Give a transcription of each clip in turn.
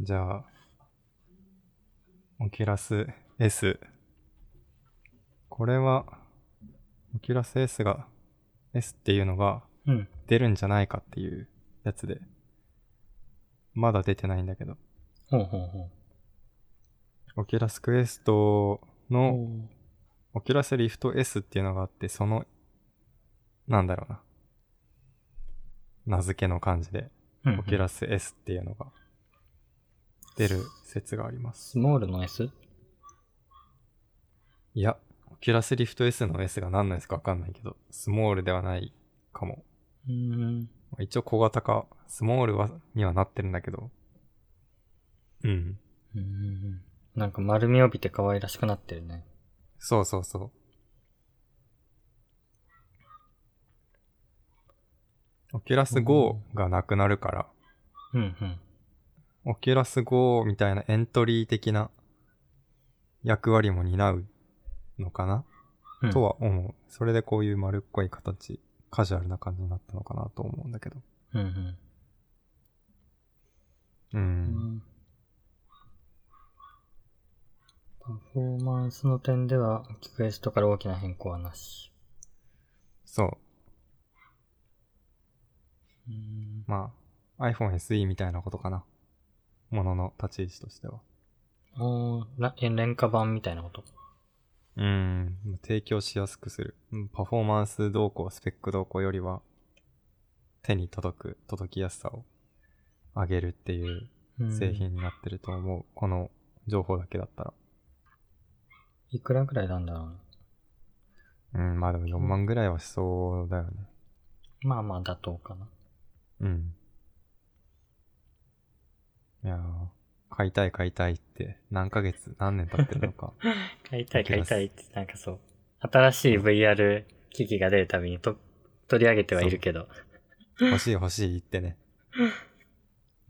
じゃあ、オキュラス S。これは、オキュラス S が、S っていうのがうん。出るんじゃないかっていうやつで、まだ出てないんだけど、ほうほうほオキュラスクエストう。の、おオキュラスリフト S っていうのがあって、その、なんだろうな。名付けの感じで、ーオキュラス。ス S っていうのが出る説があります。スモールの S? いや、オキュラスリフト S の S が何の S かわかんないけど、スモールではないかも。うーん。まあ一応小型化、スモールはにはなってるんだけど。うん。うーん。なんか丸み帯びて可愛らしくなってるね。そうそうそう。オキュラス GO がなくなるから、うんうん。オキュラス GO みたいなエントリー的な役割も担うのかな、うん、と。は思う。それでこういう丸っこい形、カジュアルな感じになったのかなと思うんだけど。うんう。うんん。パフォーマンスの点では、リクエストから大きな変更はなし。そうーん。。まあ、iPhone SE みたいなことかな。ものの立ち位置としては。おーらえ廉価版みたいなこと。うん。提供しやすくする。うんパフォーマンス動向、スペック動向よりは、手に届く、届きやすさを上げるっていううん製。品になってると思う。この情報だけだったら。いくらくらいなんだろうね。うん、まあでも4万ぐらいはしそうだよね。まあまあ妥当かな。うん。いやー、買いたい買いたいって何ヶ月、何年経ってるのか。買いたいいけ買いますたいって、なんかそう。新しい VR 機器が出るたびにと取り上げてはいるけど。 欲しい欲しいってね。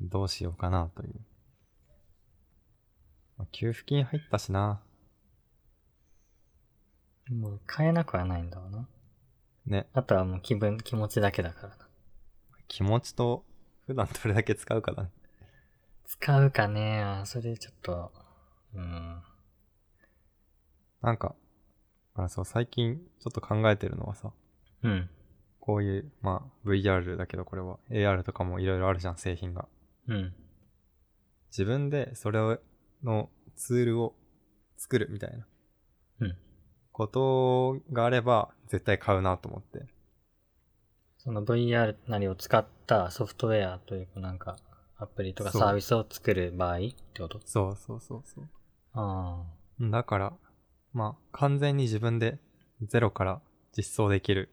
どうしようかなという。まあ給付金入ったしな。もう買えなくはないんだろうな。ね。あとはもう気分、気持ちだけだからな。気持ちと普段どれだけ使うかだね。使うかねあーそれちょっと、うん。なんか、あらそう、最近ちょっと考えてるのはさ、うん。こういう、まあ VR だけどこれは AR とかもいろいろあるじゃん、製品が。うん。自分でそれをのツールを作るみたいなうんことがあれば絶対買うなと思ってその VR なりを使ったソフトウェアというかなんか、アプリとかそうサービスを作る場合ってことそうそうそうそうあうんだからまあ完全に自分でゼロから実装できる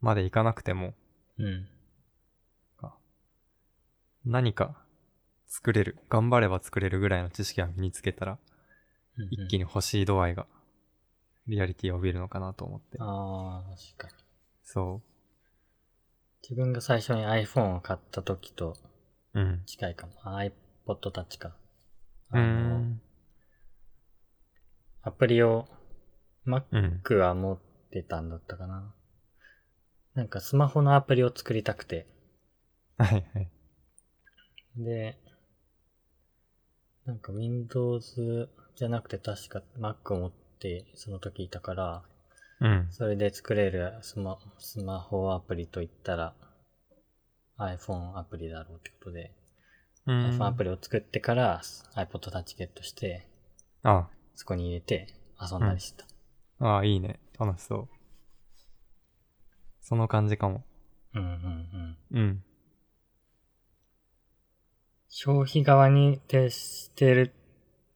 までいかなくてもあ。うん。何か作れる頑張れば作れるぐらいの知識が身につけたら一気に。に欲しい度合いがリアリティを帯びるのかなと思ってああ、確かに。そ自分が最初に iPhone を買った時とううん近いかも。あ iPod Touch か。うーあの、んアプリを、Mac うん は持ってたんだったかな。なんかスマホのアプリを作りたくて。はいはいで、なんか Windows じゃなくて確か Mac を持ってその時いたから、うんそれで作れるスマスマホアプリといったら iPhone アプリだろうってことで、うーん iPhone アプリを作ってから iPod Touch ゲットして、あそこに入れて遊んだりした。ああ、いいね。楽しそう。その感じかも。うんうんうん。うん。消費側に徹してる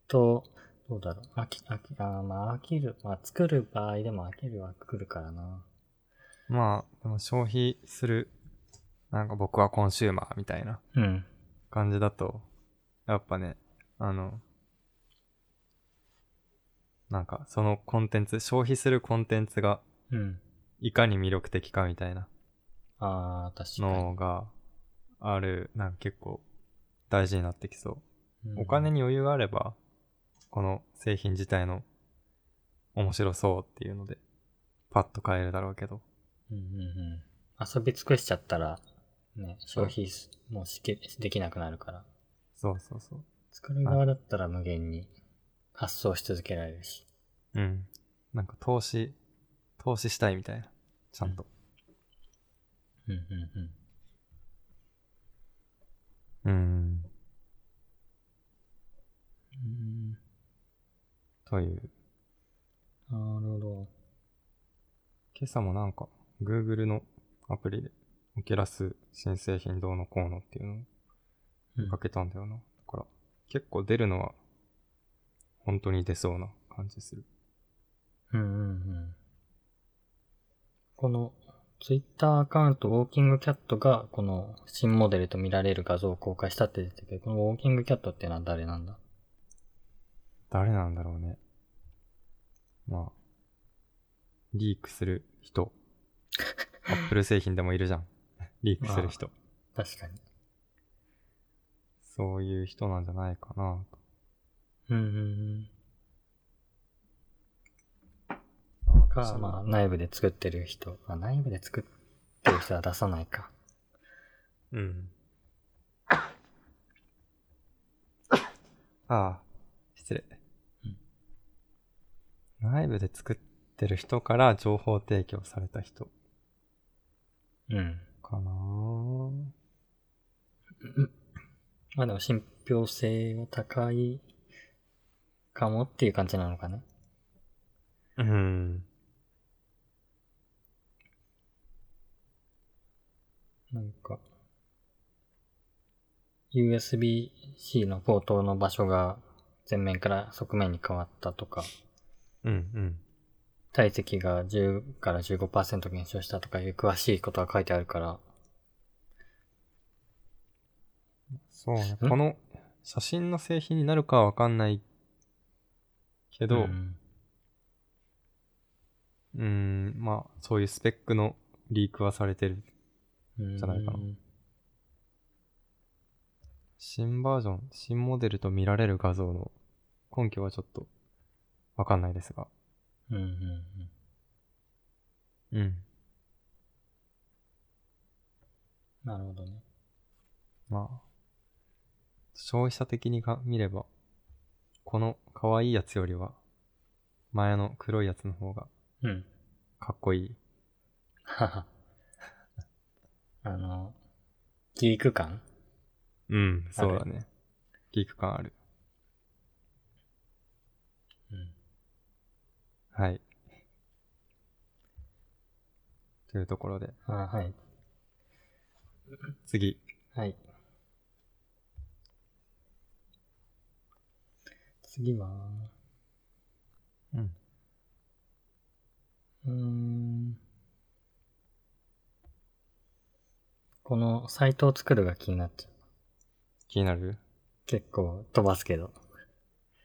と、どうだろう。飽き、飽き、あーまあ飽きる。まあ作る場合でも飽きるは来るからな。まあ、でも消費する、なんか僕はコンシューマーみたいなうん。感じだと、やっぱね、あの、なんかそのコンテンツ、消費するコンテンツがうん。いかに魅力的かみたいなああ、確かに。のがある、なんか結構大事になってきそう。うんお金に余裕があれば、この製品自体の面白そうっていうので、パッと買えるだろうけど。うんうんうん。遊び尽くしちゃったら、ね、そう消費すもうしきできなくなるから。そうそうそう。作る側だったら無限に発想し続けられるし。うん。なんか投資、投資したいみたいな。ちゃんと。うんうんううん。ん。うんという。なるほど。今朝もなんか、Google のアプリで、オキュラス新製品どうのこうのっていうのをうんかけたんだよな。だから、結構出るのは、本当に出そうな感じする。うんうんうん。この、ツイッターアカウント、ウォーキングキャットが、この新モデルと見られる画像を公開したって出てるけど、このウォーキングキャットっていうのは誰なんだ誰なんだろうね。まあ、リークする人。アップル製品でもいるじ ゃん。リークする人。確かに。そういう人なんじゃないかなと。うんうんうん。そか、うまあ、内部で作ってる人。まあ、内部で作ってる人は出さないか。うん。ああ、失礼うん。内部で作ってる人から情報提供された人うん。かなぁまあでも、信憑性は高いかもっていう感じなのかね。うん。なんか、USB-C のポートの場所が前面から側面に変わったとか、うんうん。体積が10から15%減少したとかいう詳しいことが書いてあるから、そうね。うんこの写真の製品になるかはわかんないけど、んうーん、まあ、そういうスペックのリークはされてる。うんじゃないかな新バージョン、新モデルと見られる画像の根拠はちょっとわかんないですが。うんうんうん。うん。なるほどね。まあ、消費者的にが見れば、この可愛いやつよりは、前の黒いやつの方がうん。 かっこいい。はは。あの、ギーク感うん、そうだね。ギーク感ある。うん。はい。というところで、あはい。次。はい。次は、うん。うーん。このサイトを作るが気になっちゃう。気になる結構飛ばすけど。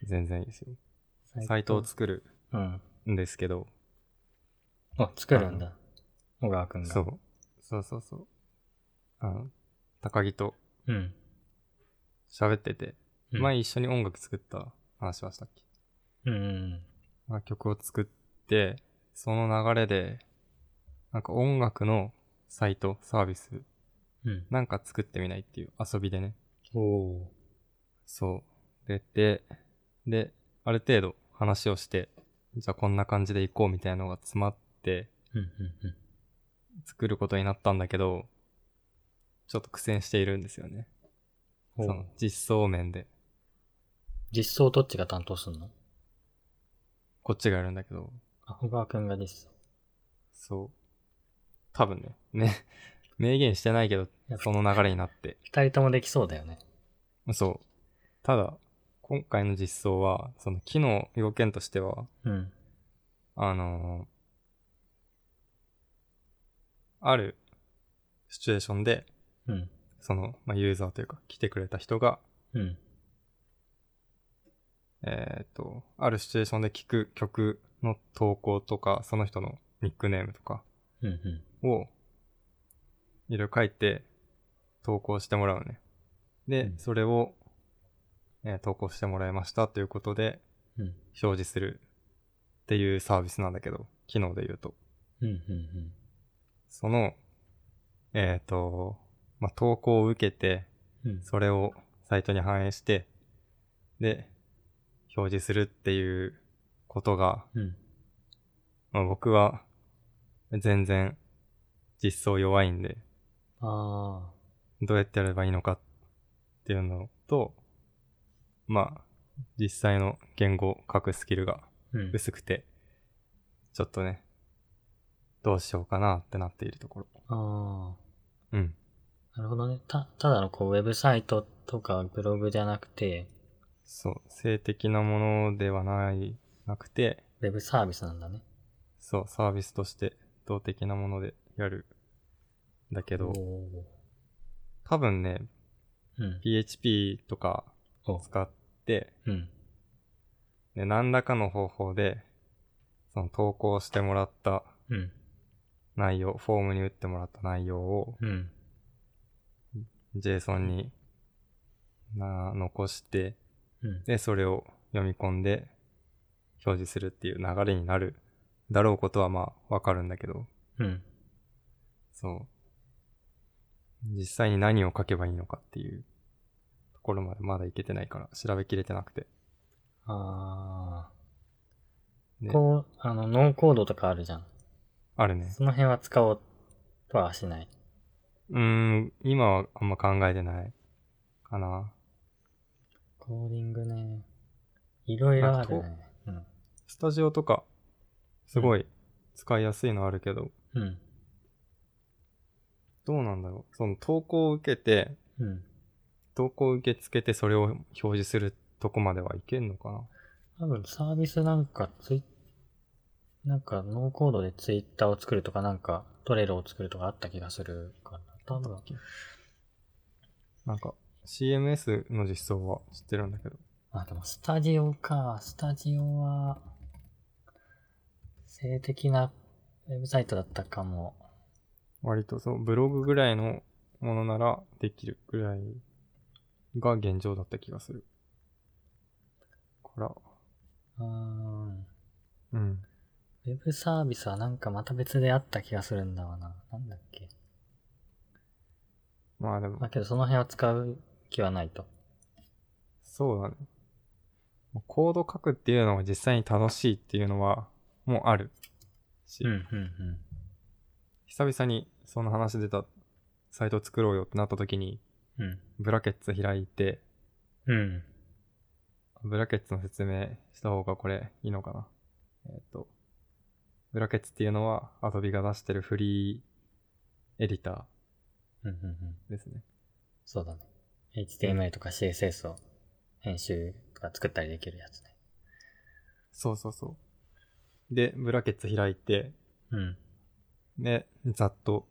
全然いいですよ。サイトを作るうん。んですけど、あ、作るんだ。小川くんが。そう。。そうそうそう。あの、高木とうん。喋ってて、うん前一緒に音楽作った話しましたっけうんうん。まあ曲を作って、その流れで、なんか音楽のサイト、サービス、うん。なんか作ってみないっていう遊びでね。おおそう。出て、で、ある程度話をして、じゃあこんな感じで行こうみたいなのが詰まって、ー。うんうんうん。作ることになったんだけど、ちょっと苦戦しているんですよね。おそーの実装面で。実装どっちが担当すんのこっちがやるんだけど、あ、小川くんが実装。そう。多分ね、ね、 明言してないけどや、その流れになって。二人ともできそうだよね。そう。ただ、今回の実装は、その機能要件としては、うん。あのーあるシチュエーションで、うん。その、まあ、ユーザーというか、来てくれた人が、うん。えっ、と、あるシチュエーションで聞く曲の投稿とか、その人のニックネームとかうん。うん。を、いろいろ書いて、投稿してもらうね。で、うんそれを、えー投稿してもらいましたということで、うん。表示するっていうサービスなんだけど、機能で言うと。うん。うん。その、えっ、と、まあ、投稿を受けて、うん。それをサイトに反映して、で、表示するっていうことが、うん。まあ、僕は全然実装弱いんで、あどうやってやればいいのかっていうのと、まあ、実際の言語を書くスキルがあ。うん。薄くて、ちょっとね、どうしようかなってなっているところ。あうん。あ。なるほどね。た、ただのこう、ウェブサイトとかブログじゃなくて、そう、性的なものではない、なくて、ウェブサービスなんだね。そう、サービスとして動的なものでやる。だけど、おー多分ね、うん。 PHP とかお使って、うん。で何らかの方法で、その投稿してもらったうん。内容、フォームに打ってもらった内容をうん。 JSON にな残して、うん。で、それを読み込んで表示するっていう流れになるだろうことはまあわかるんだけど、うん。そう。実際に何を書けばいいのかっていうところまでまだいけてないから調べきれてなくて。あであ。こう、あの、ノーコードとかあるじゃん。あるね。その辺は使おうとはしない。うーん、今はあんま考えてないかな。コーディングね。いろいろあるなね。うん。スタジオとか、すごい使いやすいのあるけど、うん。どうなんだろう。その投稿を受けて、うん。投稿を受け付けてそれを表示するとこまではいけんのかな。多分サービスなんかツイなんかノーコードでツイッターを作るとかなんかトレロを作るとかあった気がするから多分。なんか、CMS の実装は知ってるんだけど。あ、でもスタジオか。スタジオは、性的なウェブサイトだったかも。割とそう、ブログぐらいのものならできるぐらいが現状だった気がする。から、うーん。うん。ウェブサービスはなんかまた別であった気がするんだわな。なんだっけ。まあでもまあ、けどその辺は使う気はないと。そうだね。コード書くっていうのが実際に楽しいっていうのは、もうあるし、うん、うん、久々にその話出たサイト作ろうよってなった時に、うん。ブラケッツ開いて、うん。うん。ブラケッツの説明した方がこれいいのかな。えっ、と、ブラケッツっていうのは Adobe が出してるフリーエディタうん、うん、うん。ーですね。そうだね。HTML とか CSS を編集とか作ったりできるやつね。そうそうそう。で、ブラケッツ開いて、うん。で、ざっと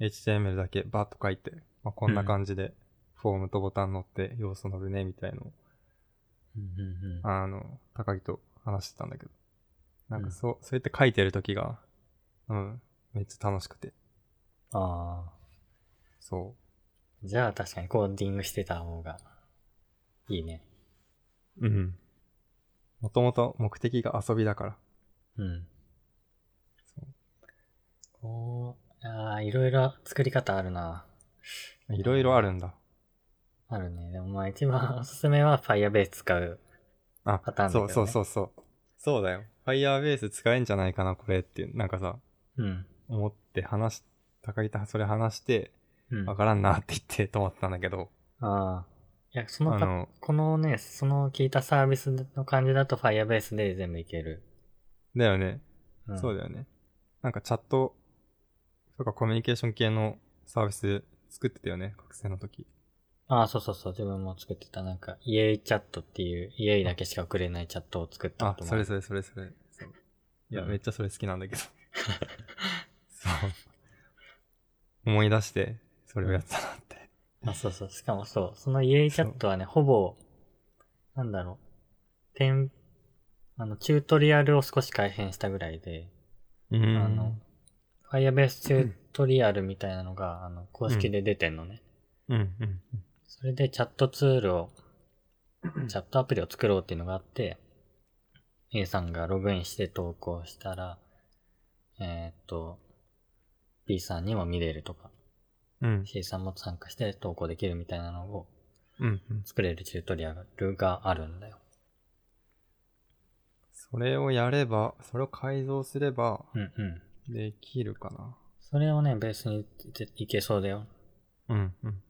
HTML だけバーッと書いて、まあ、こんな感じでフォームとボタン乗って要素乗るねみたいのをうんうんうん。あの、高木と話してたんだけど。なんかそう、そうやって書いてる時が、うん、めっちゃ楽しくて。ああ。そじゃあ確かにコーディングしてた方がいいね。う。うん。もともと目的が遊びだから。うん。そこう、ああ、いろいろ作り方あるな。ういろいろあるんだ。あるね。でもまあ一番おすすめは Firebase 使う。あパター、ンだけそどうねそうそうそう。そうだよ。Firebase 使えんじゃないかな、これっていう、なんかさ、うん。思って話し、高木とそれ話して、うん。わあからんなって言って止まったんだけど、あー。いや、そのあパ、の、このね、その聞いたサービスの感じだと Firebase で全部いける。だよね。うん、そうだよね。なんかチャットとかコミュニケーション系のサービス作ってたよね、学生の時。ああ、そうそうそう。自分も作ってた。なんか、イエイチャットっていう、イエイだけしか送れないチャットを作っあたこ、ともそあれる。それそれそれ。そういや、うんめっちゃそれ好きなんだけ ど。そう。思い出して、それをやったなって。あ、そうそう。しかもそう。そのイエイチャットはね、ほぼ、なんだろう。点、あの、チュートリアルを少し改変したぐらいで、うーん。あの、Firebase チュートリアルみたいなのが、あの、公式で出てんのね。うんうん。それでチャットツールを、チャットアプリを作ろうっていうのがあって、A さんがログインして投稿したら、えーっと、B さんにも見れるとか、うん。 C さんも参加して投稿できるみたいなのをうんうん。作れるチュートリアルがあるんだよ。それをやれば、それを改造すれば、うんうん。できるかな。それをね、ベースにいいけそうだよ。うんうん。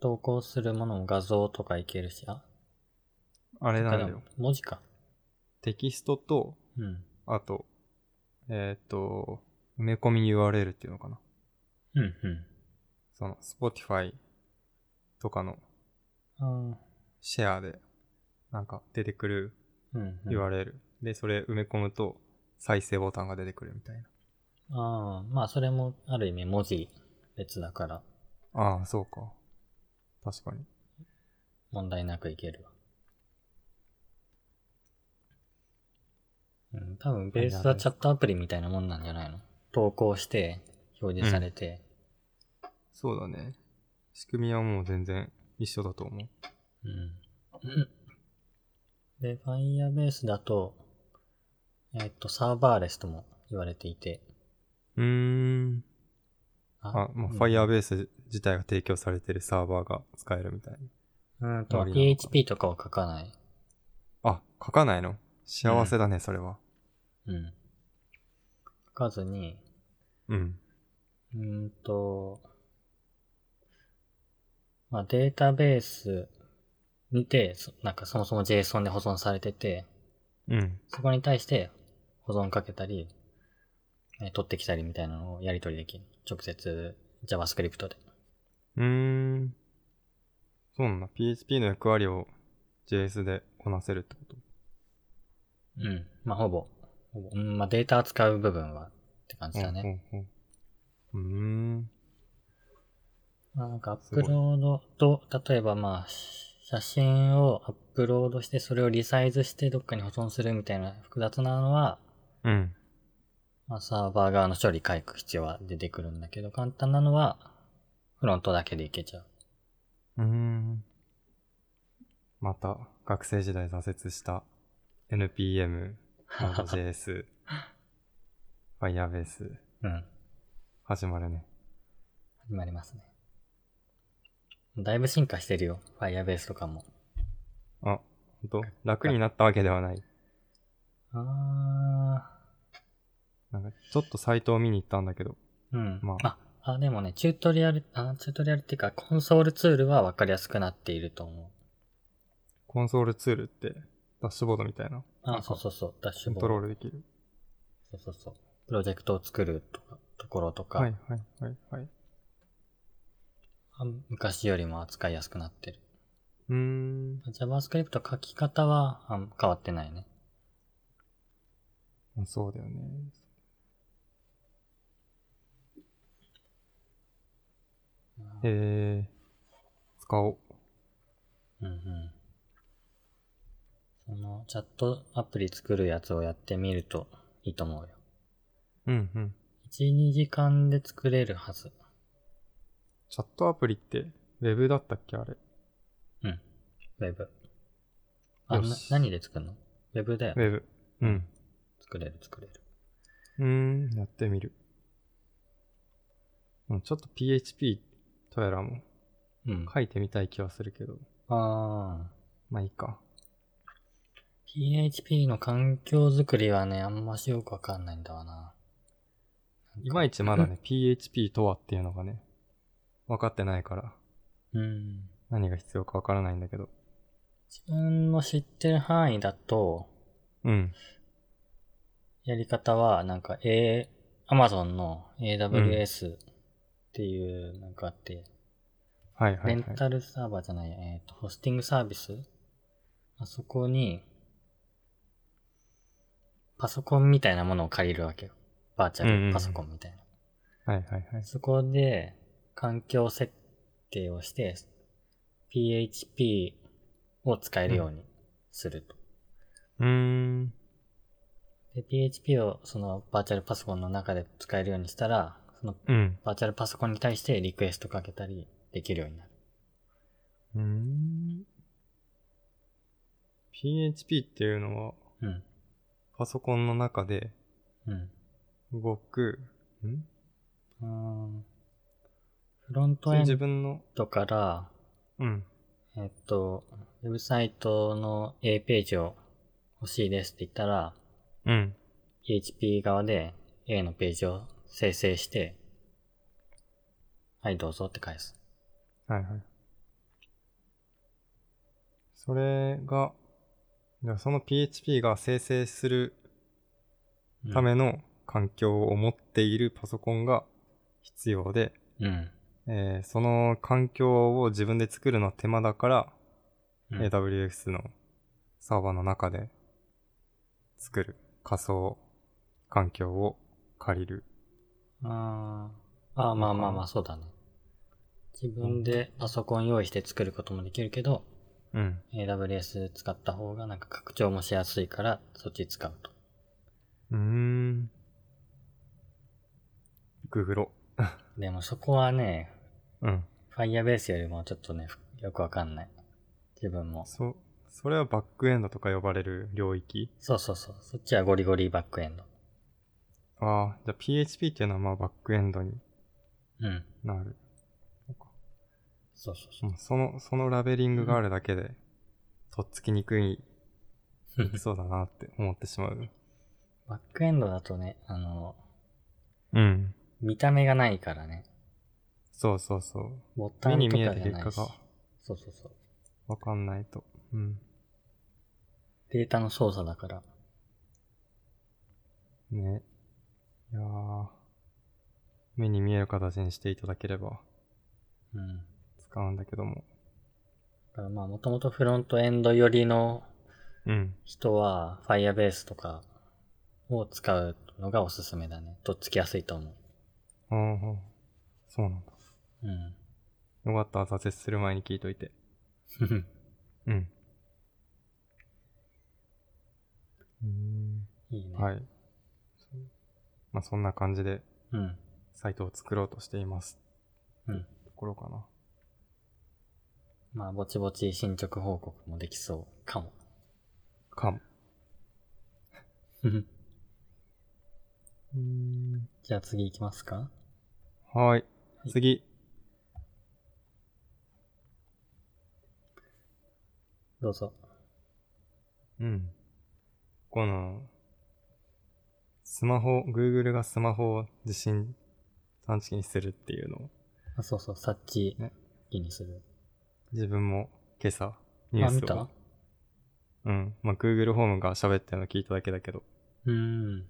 投稿するものも画像とかいけるし、あ、あれなんだただよ。文字か。テキストと、うん。あと、えーっと、埋め込み URL っていうのかな。うんうん。その、Spotify とかのあシェアで、なんか出てくるーうん、うん。 URL。で、それ埋め込むと、再生ボタンが出てくるみたいな。ああ、まあそれもある意味文字列だからああ、そうか。確かに。問題なくいけるわ。うん、多分ベースはチャットアプリみたいなもんなんじゃないの投稿して表示されて。そうだね。仕組みはもう全然一緒だと思う。うん。で、Firebase だと、えっと、サーバーレスとも言われていて。うーん。あ、まあ、うん Firebase 自体が提供されてるサーバーが使えるみたいな。うんと、割なのか PHP とかは書かない。あ、書かないの幸せだね、それは。うん。書かずに、うん。うーんと、まあ、データベースにて、そなんかそもそも JSON で保存されてて、うん。そこに対して保存かけたり、えー取ってきたりみたいなのをやり取りできる。直接 JavaScript で。うーん。そうなんだ。PHP の役割を JS でこなせるってこと。うん。まあ、ほぼ。ほぼうん、まあ、データ扱う部分はって感じだね。うんうんうん。うーん。まあ、なんかアッすごプいロードと、例えばまあ、写真をアップロードして、それをリサイズしてどっかに保存するみたいな複雑なのは、うん。まあ、サーバー側の処理回復必要は出てくるんだけど、簡単なのは、フロントだけでいけちゃう。うーん。また、学生時代挫折した NPM、Node.js、Firebase、うん。始まるね。始まりますね。だいぶ進化してるよ。Firebase とかも。あ、ほんと楽になったわけではない。あなんか、ちょっとサイトを見に行ったんだけど。ー。うん。まあ、あ、でもね、チュートリアル、あ、チュートリアルっていうか、コンソールツールは分かりやすくなっていると思う。コンソールツールって、ダッシュボードみたいな。あ、そうそうそう。ダッシコュンボトーロード。ルできる。そうそうそう。プロジェクトを作るとかところとか、はいはいはいはい。うあ昔よりも扱いやすくなってる。ーん。 JavaScript 書き方はあん変わってないね。まあそうだよね。えー、使おう。うんうん。その、チャットアプリ作るやつをやってみるといいと思うよ。うんうん。 1、2時間で作れるはず。チャットアプリって、ウェブだったっけあれ。うん。ウェブ。あ、よなし何で作るのウェブだよウ。ェブ。うん。作れる作れる。うーん、やってみる。うんちょっと PHP とやらもうん。書いてみたい気はするけど。あまあいいか。ー。PHP の環境作りはね、あんましよくわかんないんだわな。いまいちまだね、PHP とはっていうのがね、分かってないから、うん。何が必要か分からないんだけど。自分の知ってる範囲だと、うん。やり方は、なんか、A、Amazon の AWS っていう、なんかあって、はいはい、レはンい。タルサーバーじゃない、えっ、と、ホスティングサービスあそこに、パソコンみたいなものを借りるわけよ。バーチうんうんうャんルパソコンみたいな。はいはいはい。そこで、環境設定をして、PHP を使えるようにすると。うーん。で、PHP をそのバーチャルパソコンの中で使えるようにしたら、そのうん。バーチャルパソコンに対してリクエストかけたりできるようになる。うーん。PHP っていうのは、うん。パソコンの中でうん。動く、んうーんフロンそトれエ自ン分の、ドから、うん。ええっと、ウェブサイトの A ページを欲しいですって言ったら、うん。 PHP 側で A のページを生成して、はい、どうぞって返す。はいはい。それが、じゃあその PHP が生成するうんための環境を持っているパソコンが必要で、うん。えーその環境を自分で作るのは手間だから、うん AWS のサーバーの中で作る仮想環境を借りる。あーあー、まあまあまあ、そうだね。自分でパソコン用意して作ることもできるけど、うん。 AWS 使った方がなんか拡張もしやすいから、そっち使うと。うーん。ググロ。でもそこはね、うん。 Firebase よりもちょっとね、ふよくわかんない。自分も。そ、それはバックエンドとか呼ばれる領域そうそうそう。そっちはゴリゴリバックエンド。ああ、じゃあ PHP っていうのはまあバックエンドにうん。なる。そうそうそううんその、そのラベリングがあるだけで、とっつきにくい、 そうだなって思ってしまう。バックエンドだとね、あの、うん。見た目がないからね。そうそうそう。ボタ目ンにと見えかたじゃ結な果いし。がそうそうそう。わかんないと。うん。データの操作だから。ね。いやー目に見える形にしていただければうん。だ使うんだけども。からまあ、もともとフロントエンド寄りのうん。人は、Firebase とかを使うのがおすすめだね。とっつきやすいと思ああ、そうなんだ。う。うん。 よかった、挫折する前に聞いといて。うん。うーんいいね。はい。まあそんな感じでうん。サイトを作ろうとしています。うん。ところかな。まあ、ぼちぼち進捗報告もできそう かも。かも。うーん。じゃあ次行きますかはい。い次。どうぞ。うん。この、スマホ、Google がスマホを地震探知機にするっていうのを、あ、そうそう、察知ね気にする。自分も今朝ニュあ、ー見スたをう。うん。まあ、Google ホームが喋ってるの聞いただけだけど。ーん。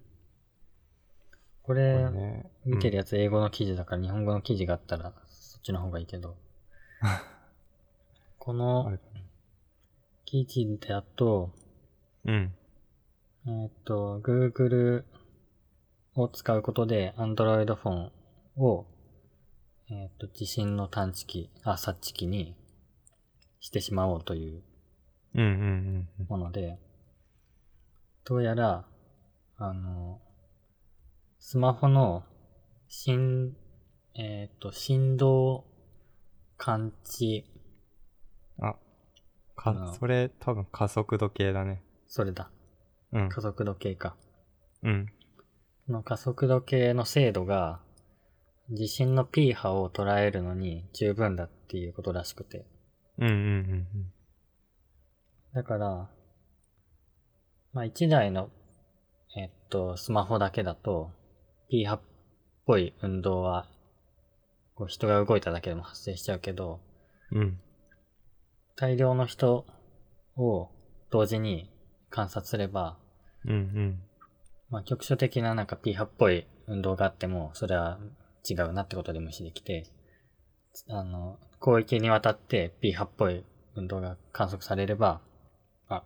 ここれれ、ね。 見てるややつ英語の記事だから日本語の記事があったらそっちの方がいいけど。こあのれ記事だと、うん。えーっと、Google を使うことで Android フォンを、えーっと、地震の探知機、あ、察知機にしてしまおうといううんうんうんうん。もので、どうやら、あの、スマホの振、えっ、と、振動感知、あ、あのか、それ多分加速度計だね。それだ。うん。加速度計か。うん。この加速度計の精度が、地震の P 波を捉えるのに十分だっていうことらしくて。うんうんうんうん。だから、まあ、一台の、えっと、スマホだけだと、P 波っぽい運動は、こう人が動いただけでも発生しちゃうけど、うん。大量の人を同時に観察すれば、うんうん。まあ、局所的ななんか P 波っぽい運動があっても、それは違うなってことで無視できて、あの、広域にわたって P 波っぽい運動が観測されれば、あ、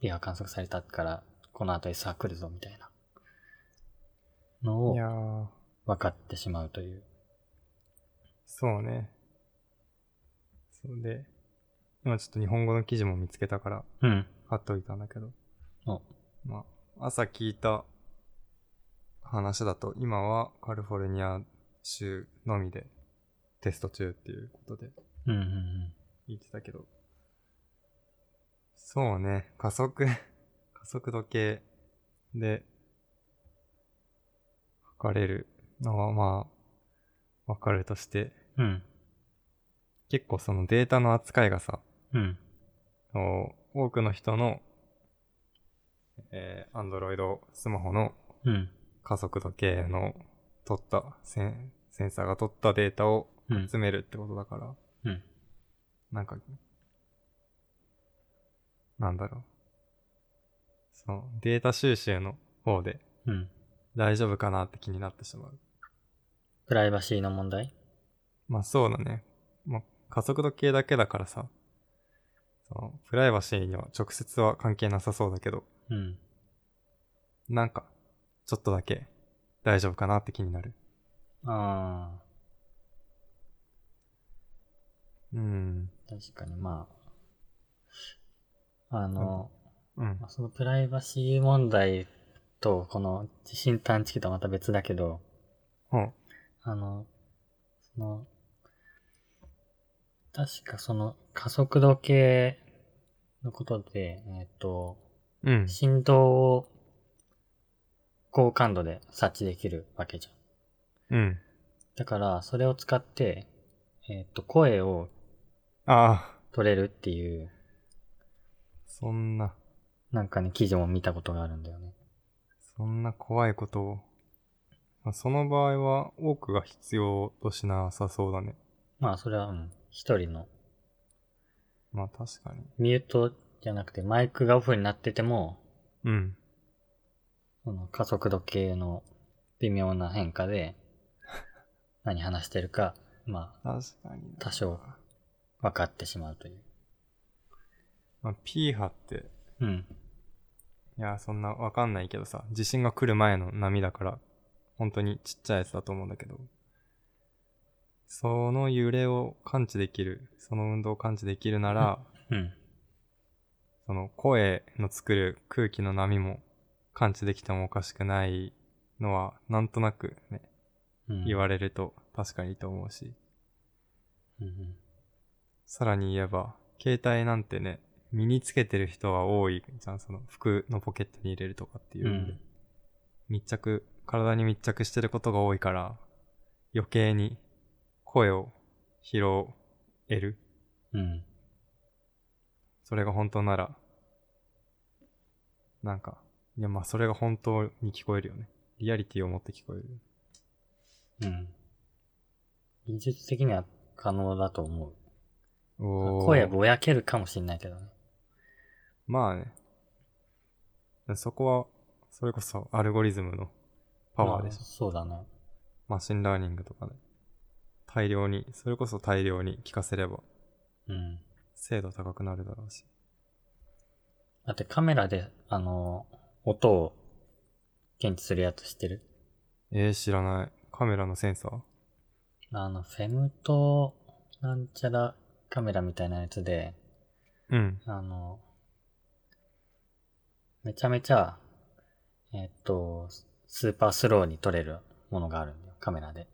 P 波観測されたから、この後 S 波来るぞみたいなのいをやー、分かってしまうという。そうね。そうで、今ちょっと日本語の記事も見つけたから、うん。貼っといたんだけど。おまあ、朝聞いた話だと、今はカリフォルニア州のみでテスト中っていうことでうんうんうん。言ってたけど。そうね、加速、 加速度計で測れるのはまあ、わかるとして、うん。結構そのデータの扱いがさ、うん。お多くの人の、えー、Android スマホのうん。加速時計の取ったセン、センサーが取ったデータをうん。集めるってことだから、うん。なんか、なんだろう。そのデータ収集の方でうん。大丈夫かなって気になってしまう。プライバシーの問題まあそうだね。まあ加速度計だけだからさ、そのプライバシーには直接は関係なさそうだけど、うん。なんか、ちょっとだけ大丈夫かなって気になる。ああ、うん。確かにまあ、あの、うんま。あそのプライバシー問題と、この地震探知機とはまた別だけど、うん。あの、その、確かその加速度計のことで、えっ、と、うん。振動を高感度で察知できるわけじゃん。うん。だから、それを使って、えっ、と、声をああ、取れるっていう、そんな、なんかね、記事も見たことがあるんだよね。そんな怖いことを。まあその場合は多くが必要としなさそうだね。まあ、それは、うん、一人の、まあ確かに。ミュートじゃなくて、マイクがオフになってても、うん。その加速度計の微妙な変 化で、何話してるか、まあ、確かにな。多少分かってしまうという。まあ、P 波って、うん。いや、そんなわかんないけどさ、地震が来る前の波だから、本当にちっちゃいやつだと思うんだけど、その揺れを感知できる、その運動を感知できるなら、 うん。その声の作る空気の波も感知できてもおかしくないのは、なんとなくね、うん。言われると確かにいいと思うし、うんうん。さらに言えば、携帯なんてね、身につけてる人は多いじゃん、その服のポケットに入れるとかっていううんん。密着、体に密着してることが多いから、余計に声を拾える。うん。それが本当なら、なんか、いやまあそれが本当に聞こえるよね。リアリティを持って聞こえる。うん。技術的には可能だと思う。おー声ぼやけるかもしんないけどね。まあね。そこは、それこそアルゴリズムのパワーでしょまあ。そうだね。マシンラーニングとかで。大量に、それこそ大量に聞かせれば、うん。精度高くなるだろうし。だってカメラで、あの、音を検知するやつ知ってるえー、知らない。カメラのセンサーあの、フェムと、なんちゃらカメラみたいなやつで、うん。あの、めちゃめちゃ、えっと、スーパースローに撮れるものがあるんだよ、カメラで。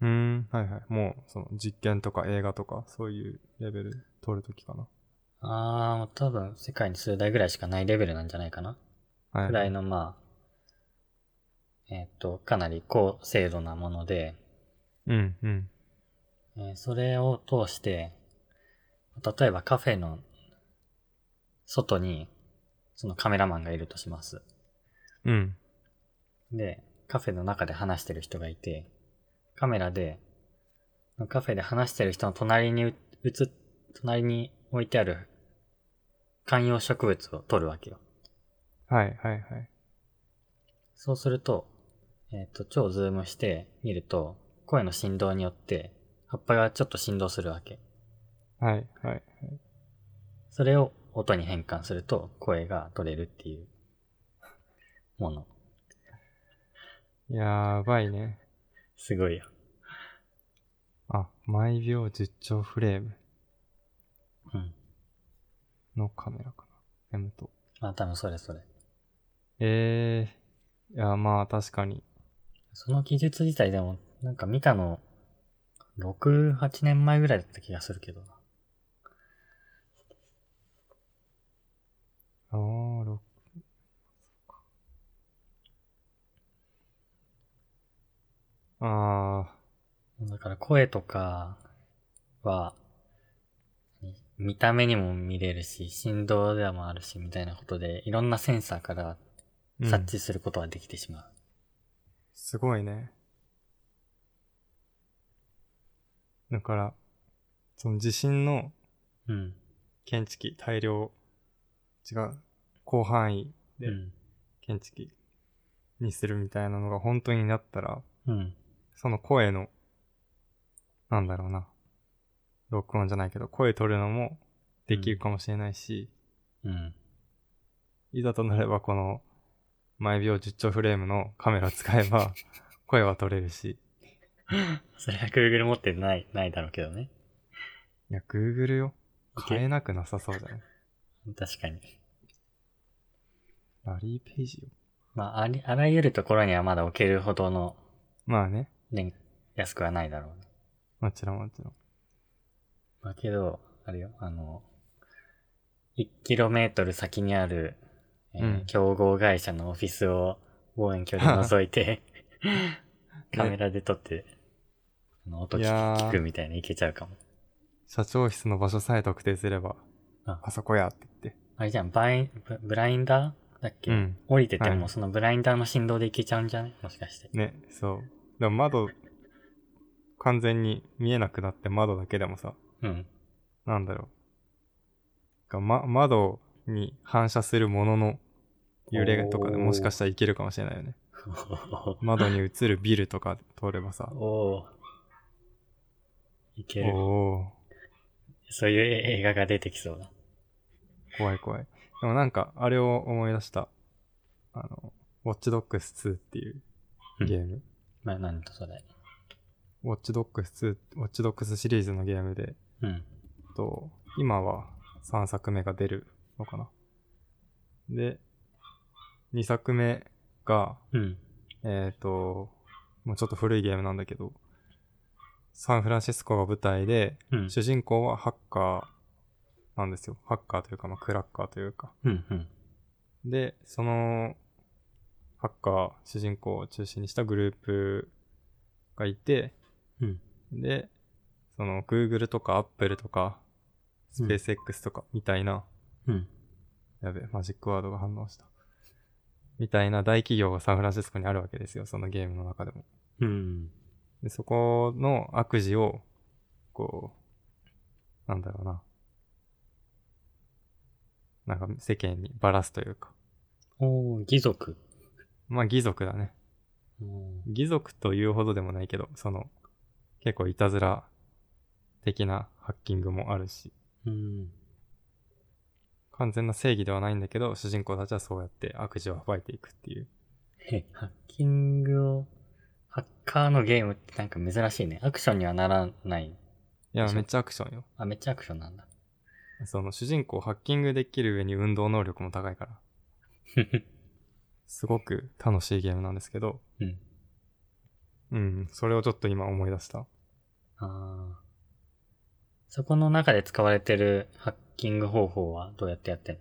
うーん、はいはい。もう、その、実験とか映画とか、そういうレベル撮るときかな。あー、多分世界に数台ぐらいしかないレベルなんじゃないかな。はい。くらいの、まあ、えっ、と、かなり高精度なもので、うん、うん。えーそれを通して、例えばカフェの外に、そのカメラマンがいるとします。うん。で、カフェの中で話してる人がいて、カメラで、カフェで話してる人の隣にう映っ、隣に置いてある観葉植物を撮るわけよ。はい、はい、はい。そうすると、えっ、と、超ズームして見ると、声の振動によって、葉っぱがちょっと振動するわけ。はい、はい。それを音に変換すると、声が取れるっていう、もの。やばいね。すごいよ。あ、毎秒10兆フレームうん。のカメラかな。M と。まあ多分それそれ。えー、いや、まあ、確かに。その技術自体でも、なんか見たの、6、8年前ぐらいだった気がするけどな。あー、ろあだから声とかは、見た目にも見れるし、振動でもあるし、みたいなことで、いろんなセンサーからうん察知することはできてしまう。すごいね。だから、その地震のうん。検知器、大量、違う、広範囲うでん。検知器にするみたいなのが本当になったら、うん。その声の、なんだろうな、録音じゃないけど、声取るのもできるかもしれないし、うん。いざとなればこの、毎秒10兆フレームのカメラ使えば、 声は取れるし、それは Google 持ってない、ないだろうけどね。いや、Google よ。いけ買えなくなさそうだね。確かに。ラリーページよ。まあ、あり、あらゆるところにはまだ置けるほどの、まあね、ね、安くはないだろうね。もちろんもちろん。まあけど、あれよ、あの、1km 先にある、えーうん競合会社のオフィスを望遠鏡で覗いて、 カメラで撮って、あの音聞いやくー聞くみたいにいけちゃうかも。社長室の場所さえ特定すれば、ああそこやって言って。あれじゃん、バイブブラインダーだっけ、うん降りててはもいそのブラインダーの振動でいけちゃうんじゃないもしかして。ね、そう。でも窓、完全に見えなくなって窓だけでもさ、うん。 なんだろう。がま、窓に反射するものの揺れとかでおーもしかしたらいけるかもしれないよね。窓に映るビルとか通ればさ、おおー。いける。おそういう映画が出てきそうだ。ー、怖い怖い。でもなんか、あれを思い出した。あの、ウォッチドックス2っていうゲーム。まあ、なんとそれ。ウォッチドックス2、ウォッチドックスシリーズのゲームで、うん。と、今は3作目が出るのかな。で、2作目が、うん。えっ、と、もうちょっと古いゲームなんだけど、サンフランシスコが舞台で、うん。主人公はハッカーなんですよ。ハッカーというか、まあ、クラッカーというか。うん。うん。で、その、ハッカー、主人公を中心にしたグループがいて、うんで、その、Google とか Apple とか、うん SpaceX とかみたいな、うん。やべえ、マジックワードが反応した。みたいな大企業がサンフランシスコにあるわけですよ、そのゲームの中でも。うん。で、そこの悪事を、こう、なんだろうな。なんか世間にばらすというか。おー、義族。まあ、義族だね。うん義族というほどでもないけど、その、結構いたずら的なハッキングもあるし、うん。完全な正義ではないんだけど、主人公たちはそうやって悪事を暴いていくっていう。へハッキングを、ハッカーのゲームってなんか珍しいね。アクションにはならない。いや、そうめっちゃアクションよ。あ、めっちゃアクションなん だ。その主人公ハッキングできる上に運動能力も高いから、すごく楽しいゲームなんですけど、うん。うん、それをちょっと今思い出した。あーそこの中で使われてるハッキング方法はどうやってやってんの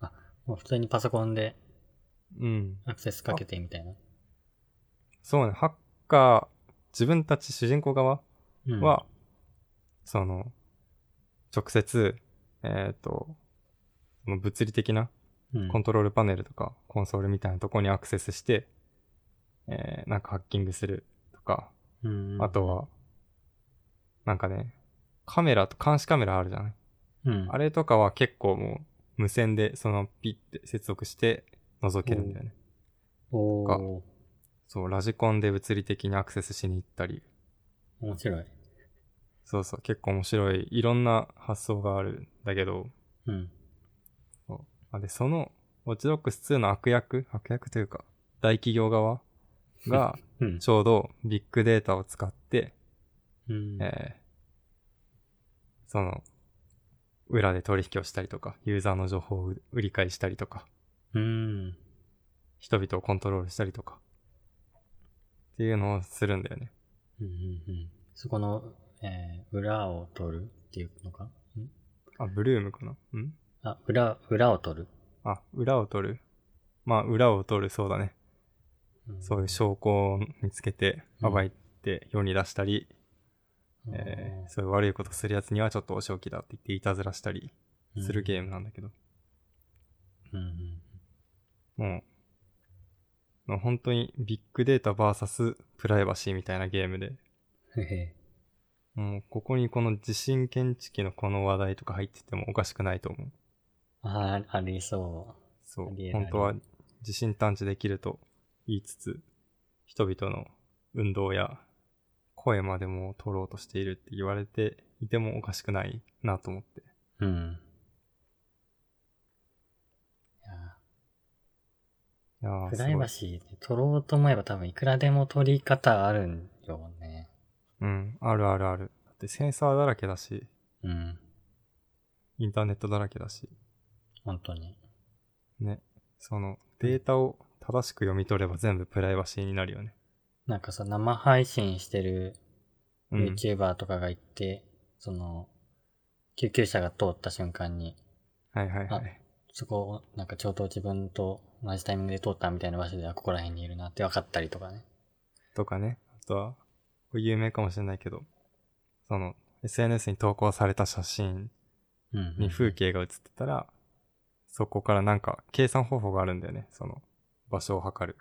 あ、もう普通にパソコンでうん。アクセスかけてみたいな。そうね、ハッカー、自分たち主人公側うん、は、その、直接、えっ、と、その物理的なうん、コントロールパネルとか、コンソールみたいなとこにアクセスして、えー、なんかハッキングするとか、うん、あとは、なんかね、カメラと、監視カメラあるじゃないうん、あれとかは結構もう無線でそのままピッて接続して覗けるんだよね。おー、そう、ラジコンで物理的にアクセスしに行ったり、面白い。そうそう、結構面白い、いろんな発想があるんだけど、うん。あで、その、ウォッチドックス2の悪役悪役というか、大企業側 が、うん。ちょうどビッグデータを使って、うんえーその、裏で取引をしたりとか、ユーザーの情報を売り買いしたりとか、うん。人々をコントロールしたりとか、っていうのをするんだよね。うんうんうんそこの、えー裏を取るっていうのかんあ、ブルームかなんあ、裏、裏を取る。あ、裏を取るまあ、裏を取る、そうだね。そういう証拠を見つけて、うん暴いて世に出したり、えーそういう悪いことするやつにはちょっとお仕置きだって言っていたずらしたりするゲームなんだけど、うんうんもう、もう本当にビッグデータ VS プライバシーみたいなゲームで、うん。へへ。もうここにこの地震検知器のこの話題とか入っててもおかしくないと思う。ああ、ありそそうあり、えない本当は地震探知できると言いつつ、人々の運動や声までも取ろうとしているって言われていてもおかしくないなと思って。う。うん。いやいやーープライバシーって取ろうと思えば多分いくらでも取り方あるんよね。すごいうん、あるあるある。だってセンサーだらけだし、うん。インターネットだらけだし、本当に。ね、そのデータを正しく読み取れば全部プライバシーになるよね。なんかさ、生配信してるうん。 YouTuber とかがいて、その、救急車が通った瞬間に、はいはいはい。そこ、なんかちょうど自分と同じタイミングで通ったみたいな場所で、あ、ここら辺にいるなって分かったりとかね。とかね、あとは、これ有名かもしれないけど、その、SNS に投稿された写真うんに風景が写ってたら、そこからなんか計算方法があるんだよね、その、場所を測る。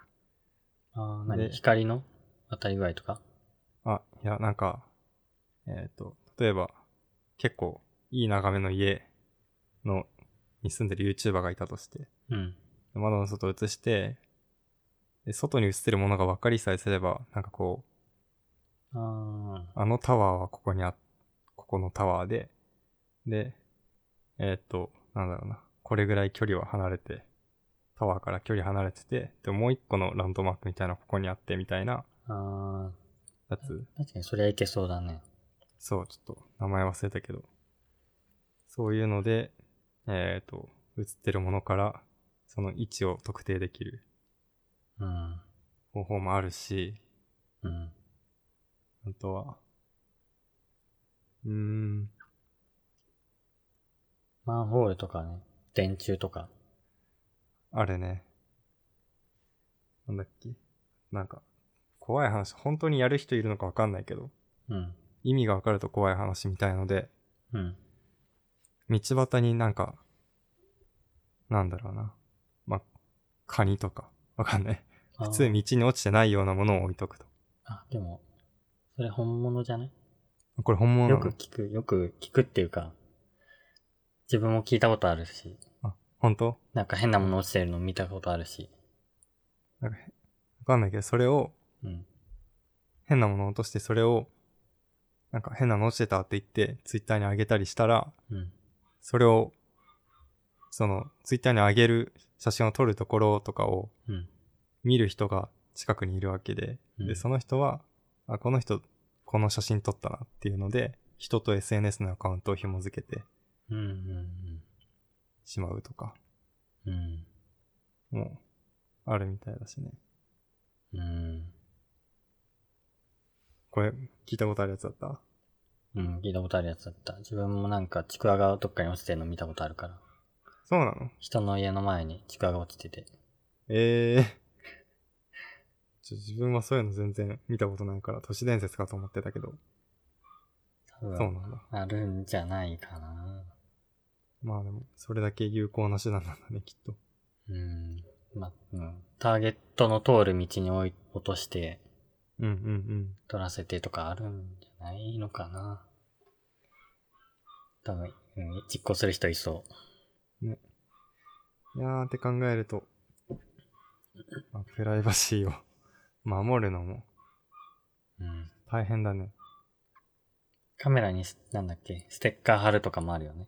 ああ、何で光の当たり具合とかあ、いや、なんか、えっ、と、例えば、結構いい眺めの家の、に住んでる YouTuber がいたとして、うん。窓の外を映して、で外に映ってるものが分かりさえすれば、なんかこあう、あのタワーはここにあ、ここのタワーで、で、えーっと、なんだろうな、これぐらい距離は離れて、タワーから距離離れてて、で、もう一個のランドマークみたいなのここにあって、みたいなあ、あやつ、あ、確かにそりゃいけそうだね。そう、ちょっと名前忘れたけど、そういうので、えーっと、映ってるものから、その位置を特定できるうん。方法もあるし、うん。あとは、うーん、マンホールとかね、電柱とか。あれね。なんだっけ。なんか、怖い話、本当にやる人いるのかわかんないけど、うん。意味がわかると怖い話みたいので、うん。道端になんか、なんだろうな。ま、カニとか、わかんない。あー普通道に落ちてないようなものを置いとくと。あ、でも、それ本物じゃないこれ本物なよのく聞く、よく聞くっていうか、自分も聞いたことあるし、本当なんか変なもの落ちてるの見たことあるし。わかんないけど、それを、うん。変なものを落として、それを、なんか変なの落ちてたって言って、ツイッターに上げたりしたら、うん。それを、その、ツイッターに上げる写真を撮るところとかをうん。見る人が近くにいるわけで、うんで、その人は、あ、この人、この写真撮ったなっていうので、人と SNS のアカウントを紐付けてうん。うんしまうとか、うん。うん。もう、あるみたいだしね。うん。これ、聞いたことあるやつだったうん、聞いたことあるやつだった。自分もなんかちくわがどっかに落ちてるの見たことあるから。そうなの人の家の前にちくわが落ちてて。ええー。 ちょ自分はそういうの全然見たことないから、都市伝説かと思ってたけど、多そう分、なんだ。あるんじゃないかな。まあでも、それだけ有効な手段なんだね、きっと。うん。ま、うん。ターゲットの通る道に置い落として、うんうんうん。取らせてとかあるんじゃないのかな。多分、うん、実行する人いそいやーって考えると、まあ、プライバシーを 守るのもう。うん。大変だね。カメラにす、なんだっけ、ステッカー貼るとかもあるよね。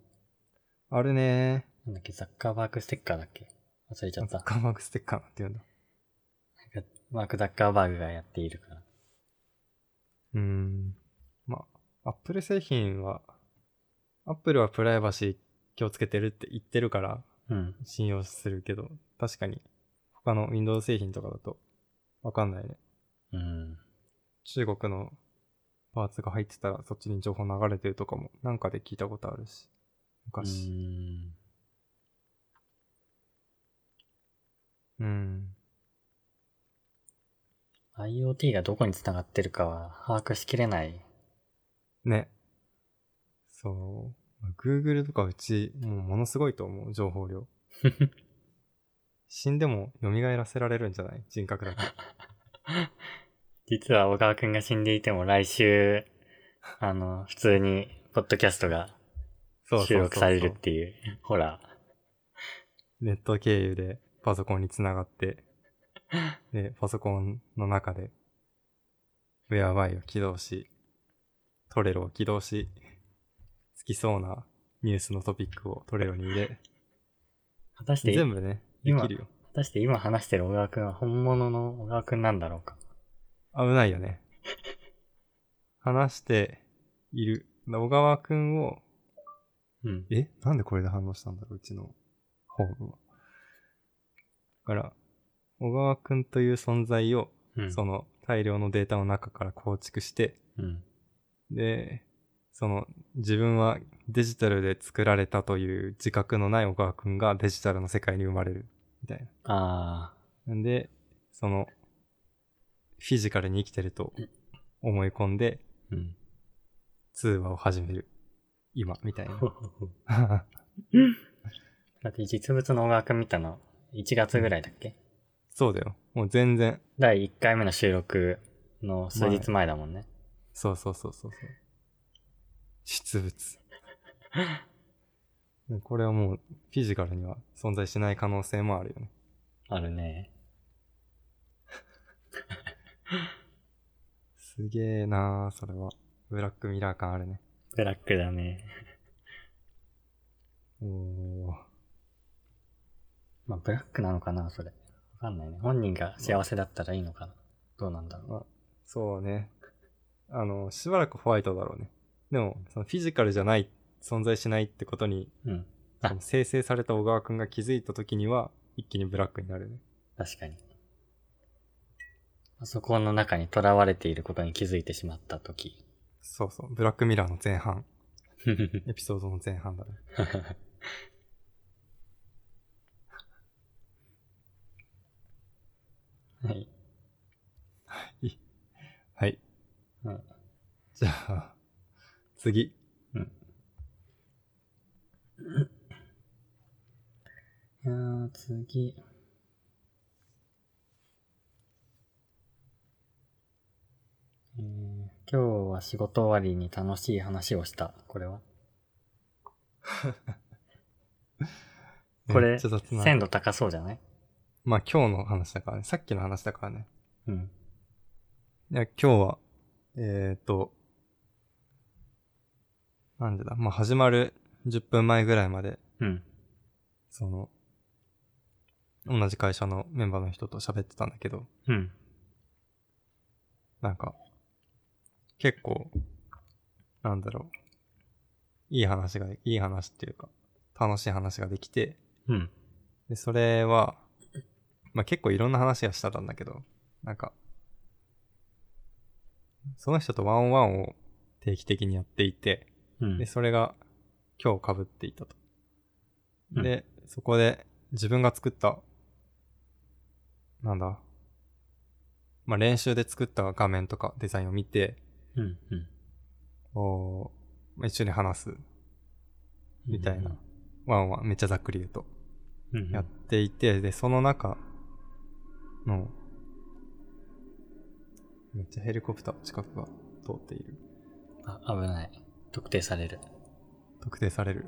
あるねなんだっけ、ザッカーバーグステッカーだっけ忘れちゃー。った。カマークステッカーなんて言うんだ。マーク・ザッカーバーグがやっているから。うーん。まあ、アップル製品は、アップルはプライバシー気をつけてるって言ってるからうん。信用するけど、確かに他の Windows 製品とかだとわかんないね。うん。中国のパーツが入ってたらそっちに情報流れてるとかもなんかで聞いたことあるし。昔。うんうん。 IoT がどこに繋がってるかは把握しきれないね。そう。Google とかうち、もうものすごいと思う、情報 量。死んでも蘇らせられるんじゃない人格 だけ。実は小川くんが死んでいても来週、あの、普通に、ポッドキャストがそうそうそうそう収録されるっていう、ほら。ネット経由でパソコンにつなが って、で、パソコンの中で、ウェアバイを起動し、トレロを起動し、つきそうなニュースのトピックをトレロに入れ、果たして、全果部ね、で今きるよ。たして今話してる小川くんは本物の小川くんなんだろうか。危ないよね。話している。小川くんを、うん。えなんでこれで反応したんだろううちのホームは。だから、小川くんという存在をうん。その大量のデータの中から構築して、うん。で、その自分はデジタルで作られたという自覚のない小川くんがデジタルの世界に生まれるみたいあな。なんで、そのフィジカルに生きてると思い込んでー。うん。通話を始める。今、みたいほほほな。だって実物の小川くん見たの、1月ぐらいだっけ、 そうだよ。もう全然。第1回目の収録の数日前だもんね。そうそうそうそうそう。実物。これはもうフィジカルには存在しない可能性もあるよね。あるね。すげえなーそれは。ブラックミラー感あるね。ブラックだね。おー。まあ、ブラックなのかな、それ。わかんないね。本人が幸せだったらいいのかな。どうなんだろう。そうね。あの、しばらくホワイトだろうね。でも、そのフィジカルじゃない、存在しないってことに、うん。あその生成された小川くんが気づいた時には、一気にブラックになるね。確かに。パソコンの中に囚われていることに気づいてしまったと き。そうそう。ブラックミラーの前半。エピソードの前半だね。はい。はい。うんじゃあ、次。いやー、次。えー、今日は仕事終わりに楽しい話をした。これはこめれ、っちゃ雑な鮮度高そうじゃないまあ今日の話だからね。さっきの話だからね。うん。いや、今日は、えっ、ー、と、なんでだ、まあ、始まる10分前ぐらいまで、うん。その、同じ会社のメンバーの人と喋ってたんだけど、うん。なんか、結構、なんだろう、いい話が、いい話っていうか、楽しい話ができて、うん。で、それは、まあ、結構いろんな話がしたんだけど、なんか、その人とワンオンワンを定期的にやっていて、うんで、。それが今日被っていたと。うんで、そこで自分が作った、なんだ、まあ、練習で作った画面とかデザインを見て、うん。うん。おーまあ一緒に話す、みたいなうん。ワンオンワン、めっちゃざっくり言うと。うんやっていて、で、その中の、めっちゃヘリコプター近くが通っている。あ、危ない。特定される。特定される。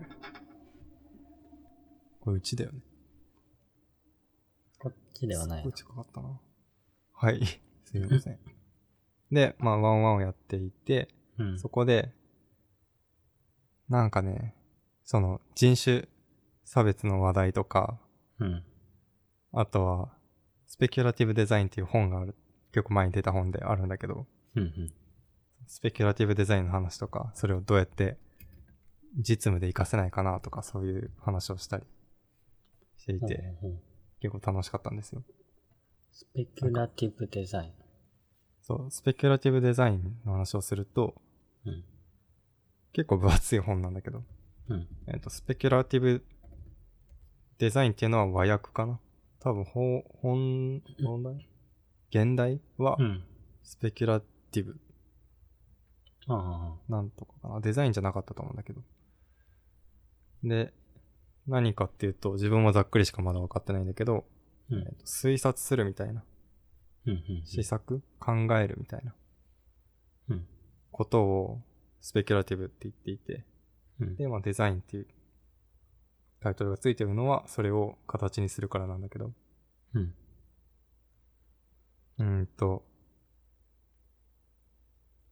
これうちだよね。こっちではないすっごい。近かったな。はい。 すいません。で、まあ、ワンワンをやっていて、うん。そこで、なんかね、その人種差別の話題とか、うん。あとは、スペキュラティブデザインっていう本がある。結構前に出た本であるんだけど、うん。うん。スペキュラティブデザインの話とか、それをどうやって実務で活かせないかなとか、そういう話をしたりしていて、うんうん結構楽しかったんですよ。スペキュラティブデザイそう、スペキュラティブデザインの話をすると、ン。うん。結構分厚い本なんだけど、うん。えっ、と、スペキュラティブデザインっていうのは和訳かな多分、ほ、本、本題現代はうん。スペキュラティブあなんとかかな。デザインじゃなかったと思うんだけど。で、何かっていうと、自分もざっくりしかまだ分かってないんだけど、うんえっと推察するみたいな、うんうん試作、考えるみたいなうんことを、スペキュラティブって言っていて、うんで、まあデザインっていうタイトルがついてるのは、それを形にするからなんだけど、うんうーんと、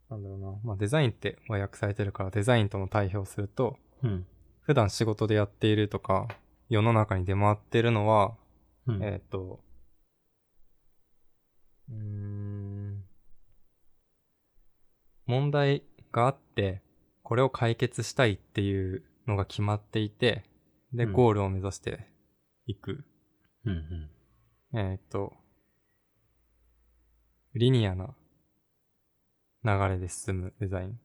なんだろうな。まあデザインって和訳されてるから、デザインとの対比をすると、うん普段仕事でやっているとか、世の中に出回ってるのは、うんえっ、と、うーん、問題があって、これを解決したいっていうのが決まっていて、で、うんゴールを目指していく。うんうんえっ、と、リニアな流れで進むデザイン。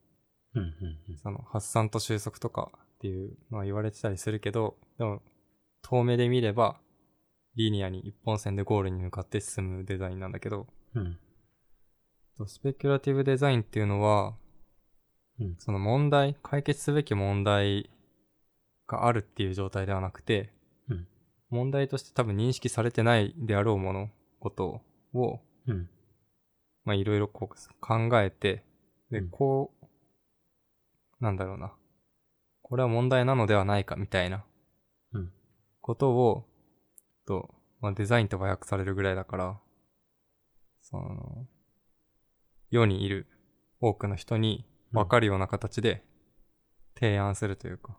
うんうんその発散と収束とかっていうのは言われてたりするけど、でも遠目で見ればリニアに一本線でゴールに向かって進むデザインなんだけど、うんとスペキュラティブデザインっていうのは、うんその問題、解決すべき問題があるっていう状態ではなくて、うん問題として多分認識されてないであろうもの、ことを、うんまあいろいろこう考えて、で、うんこう、なんだろうな。これは問題なのではないかみたいなうんことを、と、まあ、デザインと和訳されるぐらいだから、その、世にいる多くの人に分かるような形で提案するというか、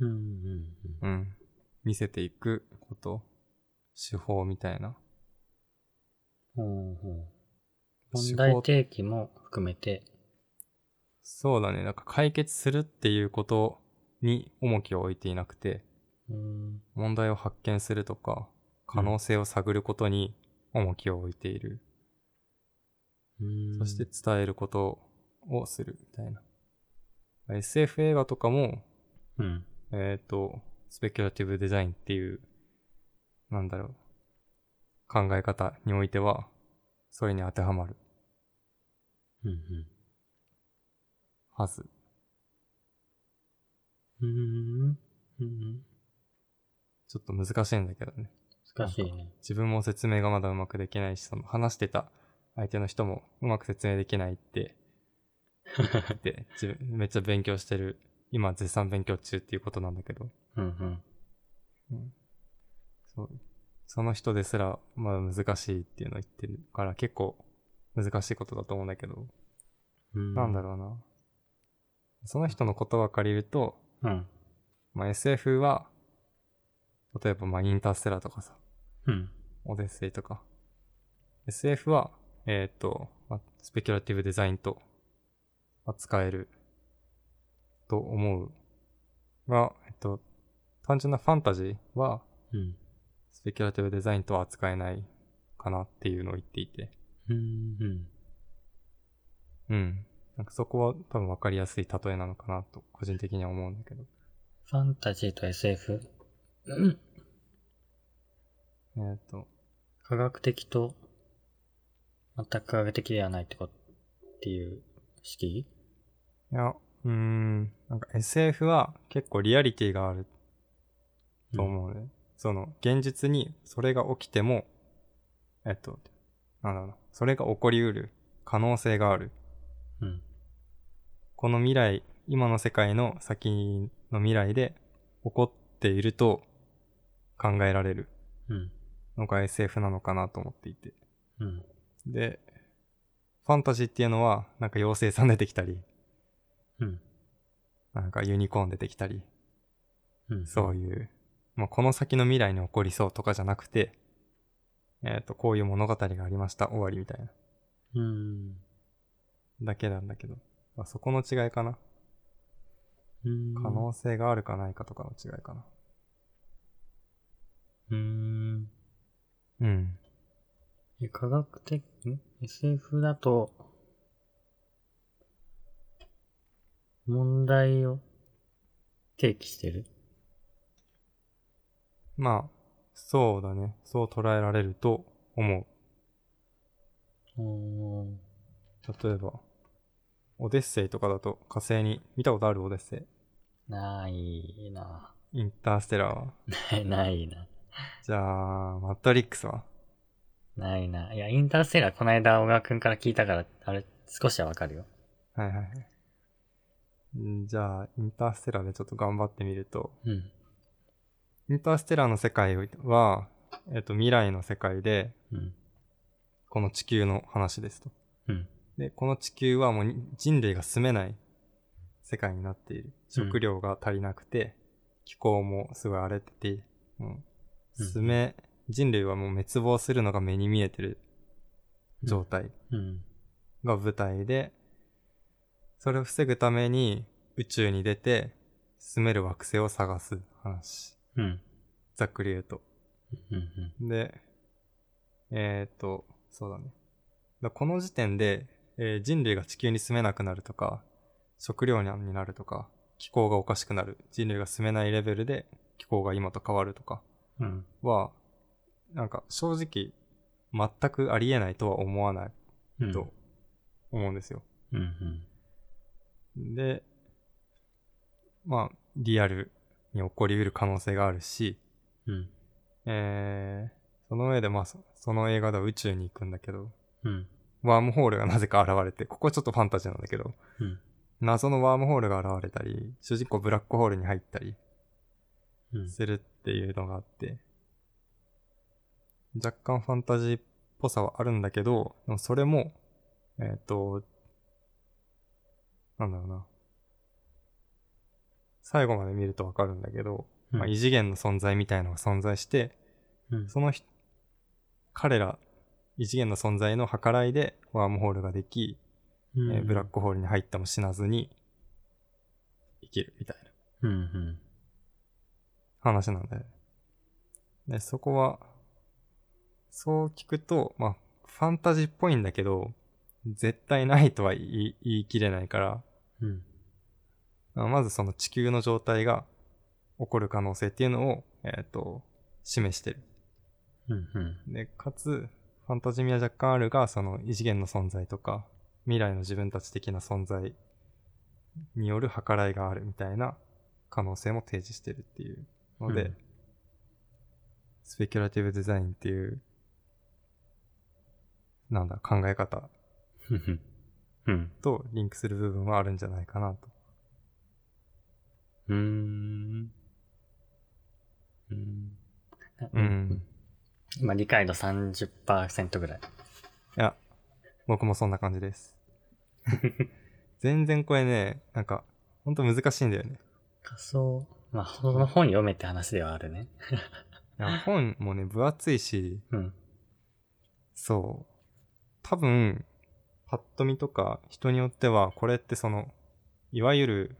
うんうんうん、見せていくこと、手法みたいな。うんうん手問題法提起も含めてそうだね。なんか解決するっていうことに重きを置いていなくて、うん問題を発見するとか、可能性を探ることに重きを置いている。うんそして伝えることをするみたいな。SF 映画とかも、うんえっ、と、スペキュラティブデザインっていう、なんだろう、考え方においては、それに当てはまるうんうんはず。うーんうんちょっと難しいんだけどね。難しいね自分も説明がまだうまくできないし、その話してた相手の人もうまく説明できないって言って自分めっちゃ勉強してる。今絶賛勉強中っていうことなんだけど。 うんうんそうその人ですら、まあ難しいっていうのを言ってるから結構難しいことだと思うんだけど、うんなんだろうな。その人の言葉を借りると、うんまあ、SF は、例えばまあインターステラーとかさ、うんオデッセイとか。SF は、えっ、と、まあ、スペキュラティブデザインと扱えると思うが、えっと、単純なファンタジーはうんスペキュラティブデザインとは扱えないかなっていうのを言っていて。うんうんうん。なんかそこは多分分かりやすい例えなのかなと個人的には思うんだけど。ファンタジーと SF うんえっ、と、科学的と全く科学的ではないってことっていう式いや、うーん、なんか SF は結構リアリティがあると思うね。その、現実にそれが起きても、えっと、なんだろうな、それが起こりうる可能性がある。うんこの未来、今の世界の先の未来で起こっていると考えられるうんのが SF なのかなと思っていて。うんで、ファンタジーっていうのは、なんか妖精さん出てきたり、うんなんかユニコーン出てきたり、うんそういう、まあ、この先の未来に起こりそうとかじゃなくて、えっ、と、こういう物語がありました、終わりみたいな。うんだけなんだけど。まあ、そこの違いかな。うん可能性があるかないかとかの違いかな。うんうん。え科学的ん SF だと問題を提起してるまあ、そうだね。そう捉えられると思う。うん例えば、オデッセイとかだと火星に、見たことあるオデッセないな。 イ。インターステラーは。ないな。じゃあ、マトリックスはないな。いや、インターステラーこの間小川くんから聞いたから、あれ、少しはわかるよ。はいはいはい。んじゃあ、インターステラーでちょっと頑張ってみると、うん。インターステラーの世界は、えっと、未来の世界で、うん。この地球の話ですと。うん。で、この地球はもうに人類が住めない世界になっている。食料が足りなくて、気候もすごい荒れてて、もううん住め、人類はもう滅亡するのが目に見えてる状態うん。が舞台で、それを防ぐために宇宙に出て住める惑星を探す話。うん。ざっくり言うと。うん。うん。で、えっ、と、そうだね。だこの時点で、えー人類が地球に住めなくなるとか、食料になるとか、気候がおかしくなる、人類が住めないレベルで気候が今と変わるとかうん。は、なんか正直、全くありえないとは思わないうん。と思うんですよ。うん。うん。で、まあ、リアルに起こり得る可能性があるし、うん。えー、その上で、まあ、そその映画では宇宙に行くんだけど、うん。ワームホールがなぜか現れて、ここはちょっとファンタジーなんだけど、うん謎のワームホールが現れたり、主人公ブラックホールに入ったりうん。するっていうのがあって、若干ファンタジーっぽさはあるんだけど、でもそれも、えっ、と、なんだろうな。最後まで見るとわかるんだけど、うんまあ、異次元の存在みたいのが存在して、うん。そのひ彼ら、異次元の存在の計らいでワームホールができ、えーブラックホールに入っても死なずに生きるみたいなうん。うん。話なんで。で、そこは、そう聞くと、まあ、ファンタジーっぽいんだけど、絶対ないとは言い言い切れないから、うん。まあまずその地球の状態が起こる可能性っていうのを、えっ、と、示してる。うん。 うん。で、かつ、ファンタジー味は若干あるが、その異次元の存在とか、未来の自分たち的な存在による計らいがあるみたいな可能性も提示してるっていうので、うんスペキュラティブデザインっていう、なんだ、考え方うん。うん。とリンクする部分はあるんじゃないかなと。うーん。うーん。うん。今、理解度30%ぐらい。いや、僕もそんな感じ です。全然これね、なんか、ほんと難しいんだよね。仮想。まあ、その本読めって話ではあるね。いや本もね、分厚いし、うん。そう。多分、パッと見とか人によっては、これってその、いわゆる、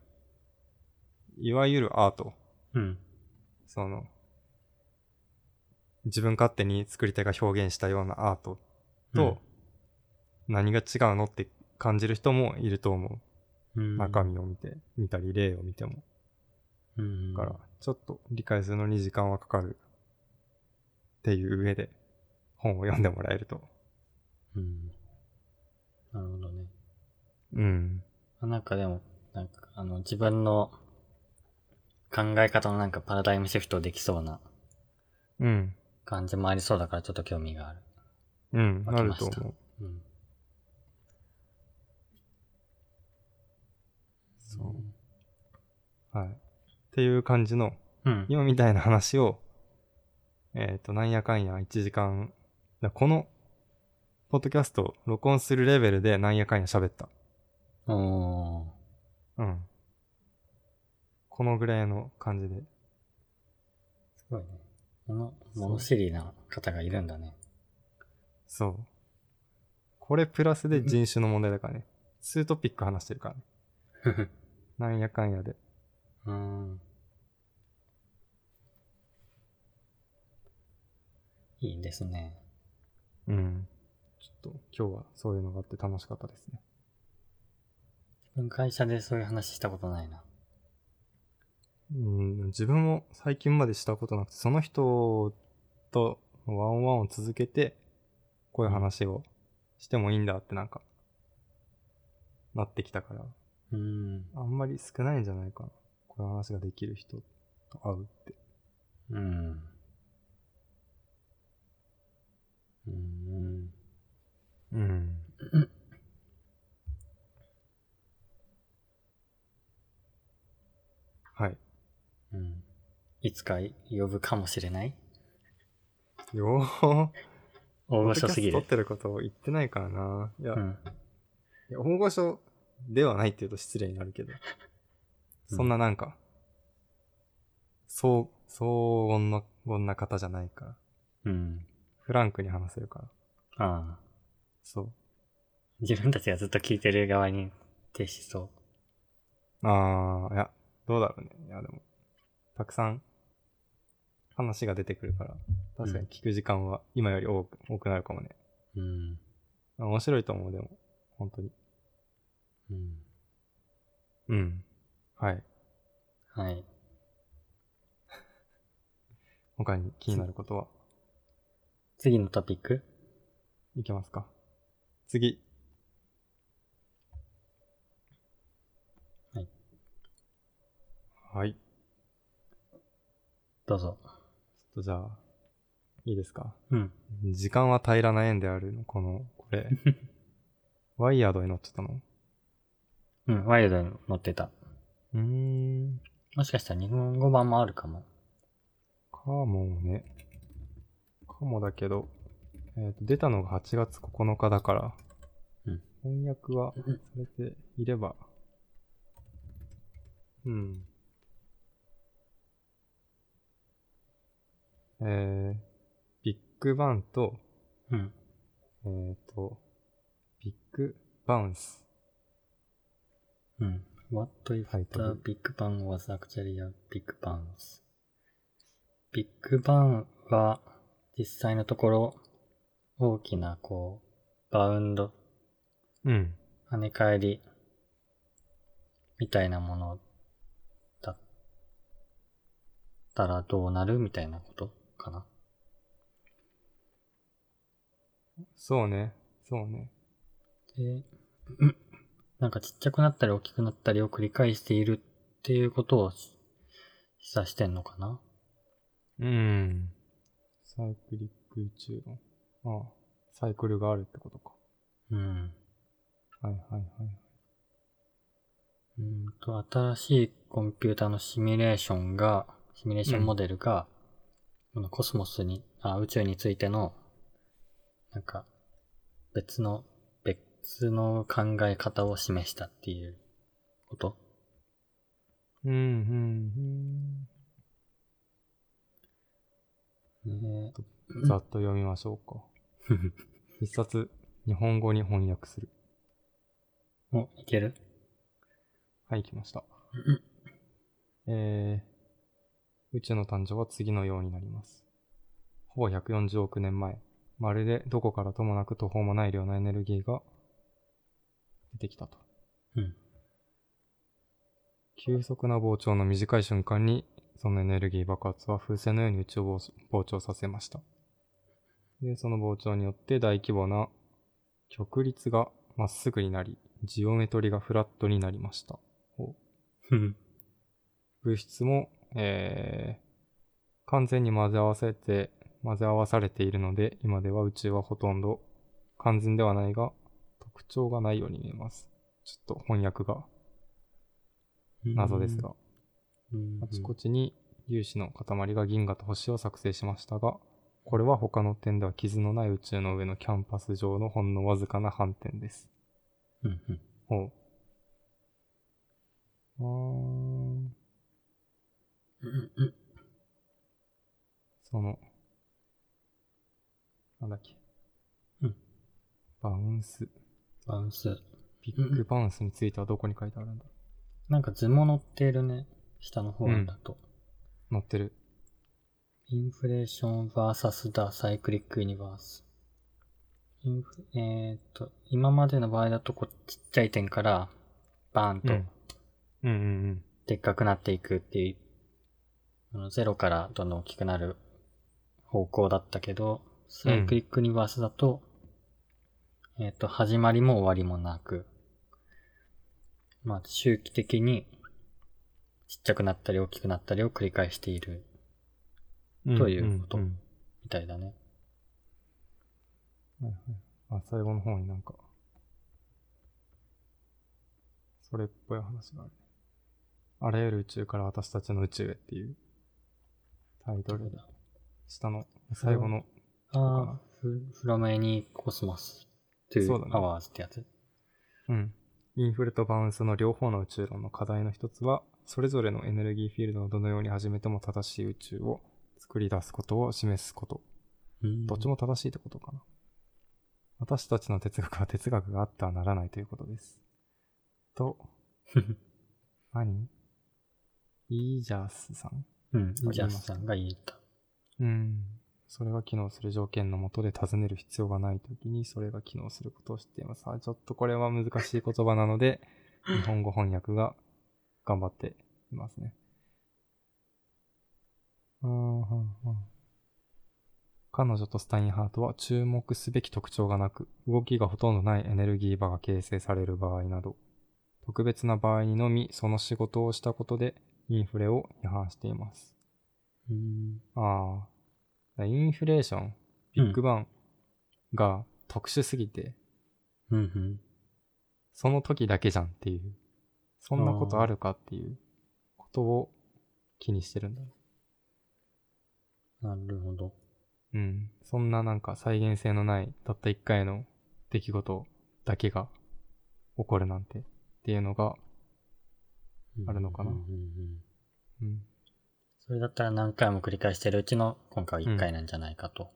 いわゆるアート。うん。その、自分勝手に作り手が表現したようなアートと、何が違うのって感じる人もいると思うん、う。中身を見て、見たり、例を見ても。うん。だから、ちょっと理解するのに時間はかかる。っていう上で、本を読んでもらえると。うん。なるほどね。うん。あなんかでも、なんか、あの、自分の考え方のなんかパラダイムシフトできそうなうん。感じもありそうだからちょっと興味がある。うん、わなかりるましとた思う。うん。そはい。っていう感じの、うん。今みたいな話を、えっ、と、なんやかんや1時間、だこの、ポッドキャストを録音するレベルでなんやかんや喋った。おー。うん。このぐらいの感じで。すごいね。もの、物知りな方がいるんだね。そう。これプラスで人種の問題だからね。2トピック話してるからね。なんやかんやで。 うん。いいですね。うん。ちょっと今日はそういうのがあって楽しかったですね。自分会社でそういう話したことないな。うん、自分も最近までしたことなくて、その人とワンオンワンを続けて、こういう話をしてもいいんだってなんか、なってきたから、うん。あんまり少ないんじゃないかな。この話ができる人と会うって。うん。うん。うん。はい。うん。いつか呼ぶかもしれないよー。大御所すぎポッドキャスト撮ってる。ることを言ってないからな。いや、うん。いや大御所ではないって言うと失礼になるけど。うんそんななんか、そう、相音の、こんな方じゃないから。うん。フランクに話せるから。ああ。そ。自分たちがずっと聞いてる側に徹しそうあー、いや、どうだろうね。いや、でも、たくさん話が出てくるから、確かに聞く時間は今より多く、多くなるかもね。う。うん。面白いと思う、でも、本当に。うん。うん。はい。はい。他に気になることは次のトピックいけますか次。はい。はい。ちょどうぞ。っとじゃあ、いいですかうん。時間は平らな円であるの、この、これ。ワイヤードに乗ってたのうん。ワイルドに乗ってた。うーん。もしかしたら日本語版もあるかも。かもね。かもだけど、えーと出たのが8月9日だから、うん翻訳はうんされていれば、うん。えー、ビッグバンと、うん。えーと、ビッグバウンス。うん。What if タイ the トル Big Bang was actually a Big Bounce? ビッグバンは実際のところ大きなこうバウンドうん。跳ね返りみたいなものだったらどうなるみたいなことかな。そうね。そうね。で、うんなんかちっちゃくなったり大きくなったりを繰り返しているっていうことをし示唆してんのかな。うん。サイクリック宇宙論。ああ、サイクルがあるってことか。うん。はいはいはい。うーんと、新しいコンピューターのシミュレーションが、シミュレーションモデルが、このコスモスに、あ、宇宙についての、なんか、別の、別の考え方を示したっていうことうんうんねうん。ざっと読みましょうか。一冊、日本語に翻訳する。え。 お、いけるはい、来ました。えー、宇宙の誕生は次のようになります。ほぼ140億年前、まるでどこからともなく途方もない量のエネルギーが出てきたと。うん。急速な膨張の短い瞬間に、そのエネルギー爆発は風船のように宇宙を膨張させました。で、その膨張によって大規模な曲率がまっすぐになり、ジオメトリがフラットになりました。うん。物質も、えー完全に混ぜ合わせて、混ぜ合わされているので、今では宇宙はほとんど完全ではないが、特徴がないように見えます。ちょっと翻訳が謎ですが。うん。あちこちに粒子の塊が銀河と星を作成しましたが、これは他の点では傷のない宇宙の上のキャンパス上のほんのわずかな斑点です。うん。うん。ほう。うーん。うん。その、なんだっけ。うん。バウンス。バウンス。ビッグバウンスについてはどこに書いてあるんだなんか図も載ってるね。下の方だと。載ってる。インフレーション vs the cyclic universe。インフえーっと、今までの場合だとこう、ちっちゃい点から、バーンとうんうんうんうん。でっかくなっていくっていう、あのゼロからどんどん大きくなる方向だったけど、サイクリックユニバースだと、えーっと、始まりも終わりもなく、まあ、周期的にちっちゃくなったり大きくなったりを繰り返しているうんということんんみたいだね。はいはい、あ最後の方になんか、それっぽい話がある。あらゆる宇宙から私たちの宇宙へっていうタイトルで、下の最後の、ああ、フロメニコスモスといそうだねうアワーズってやつ。うん。インフレとバウンスの両方の宇宙論の課題の一つは、それぞれのエネルギーフィールドをどのように始めても正しい宇宙を作り出すことを示すこと。うんどっちも正しいってことかな。私たちの哲学は哲学があってはならないということです。と、何イージャースさん うん、ジャスさんが言った。うん。それは機能する条件のもとで尋ねる必要がないときに、それが機能することを知っています。あ、ちょっとこれは難しい言葉なので、日本語翻訳が頑張っていますね。うん、うん、うん。彼女とスタインハートは注目すべき特徴がなく、動きがほとんどないエネルギー場が形成される場合など、特別な場合にのみその仕事をしたことでインフレを批判しています。うん。ああ。インフレーション、ビッグバンが特殊すぎて、うんうん。その時だけじゃんっていう、そんなことあるかっていうことを気にしてるんだね。なるほど。うん。そんななんか再現性のない、たった一回の出来事だけが起こるなんてっていうのが、あるのかなうんうんうんうん。それだったら何回も繰り返してるうちの今回は1回なんじゃないかと。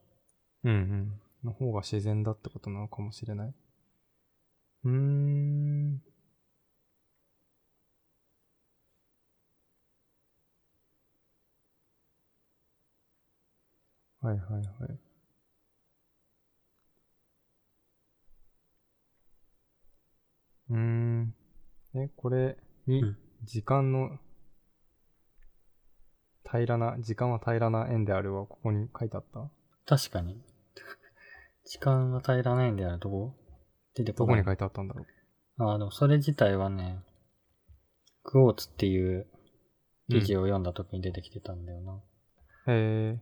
うんうん。の方が自然だってことなのかもしれない。うーん。はいはいはい。うーん。え、これにうん、時間の、平らな、時間は平らな円であるは、ここに書いてあった確かに。 時間が足らないんであるとこ出てこどなこい。に書いてあったんだろうああ、でもそれ自体はね、クォーツっていう記事を読んだ時に出てきてたんだよな。へえ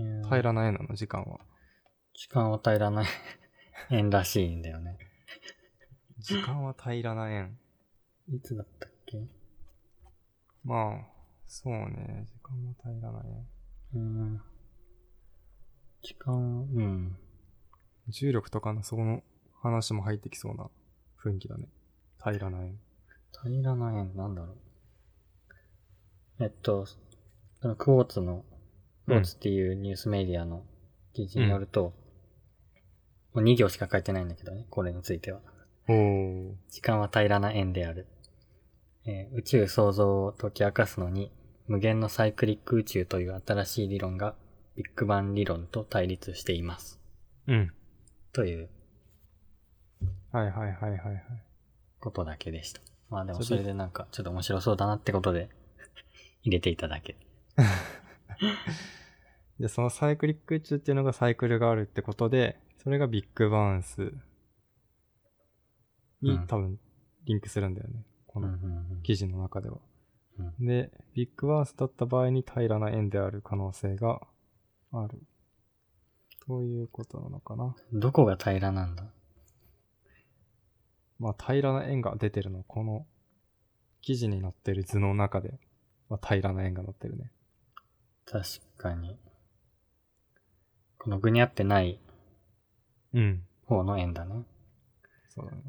え、ー平らな絵なの、時間は。時間は平らない 円らしいんだよね。時間は平らな円。いつだったっけうまあ、そうね、時間は平らな円。ーん。時間、うん。重力とかのそこの話も入ってきそうな雰囲気だね。平らな円。平らな円、なんだろう。えっと、そのクォーツの、クォーツっていうニュースメディアの記事によると、もう2行しか書いてないんだけどね、これについては。おお。時間は平らな円である。えー宇宙創造を解き明かすのに、無限のサイクリック宇宙という新しい理論が、ビッグバン理論と対立しています。うん。というはいはいはいはいはい。ことだけでした。まあでもそそれれでなんか、ちょっと面白そうだなってことで、 入れていただけ。で、そのサイクリック宇宙っていうのがサイクルがあるってことで、それがビッグバウンスに、うん多分リンクするんだよね。こうんのうんうん記事の中では。うんで、ビッグバースだった場合に平らな円である可能性がある。ということなのかな。どこが平らなんだまあ、平らな円が出てるのは、この記事に載ってる図の中で、まあ、平らな円が載ってるね。確かに。この具に合ってないうん。方の円だね。そうだね。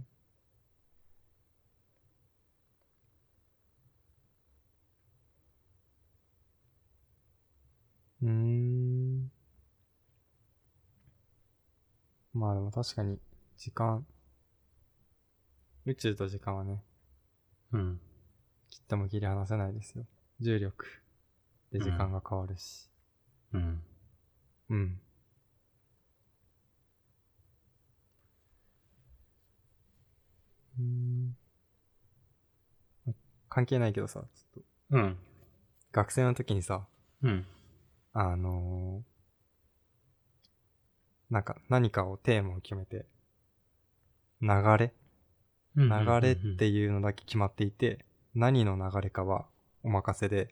うーん。まあでも確かに、時間。宇宙と時間はね、うん。切っても切り離せないですよ。重力で時間が変わるし。うん。うん。うん。関係ないけどさ、ちょっとうん。学生の時にさ、うん。あのーなんか何かをテーマを決めて、流れ流流れっていうのだけ決まっていて、何の流れかはお任せで、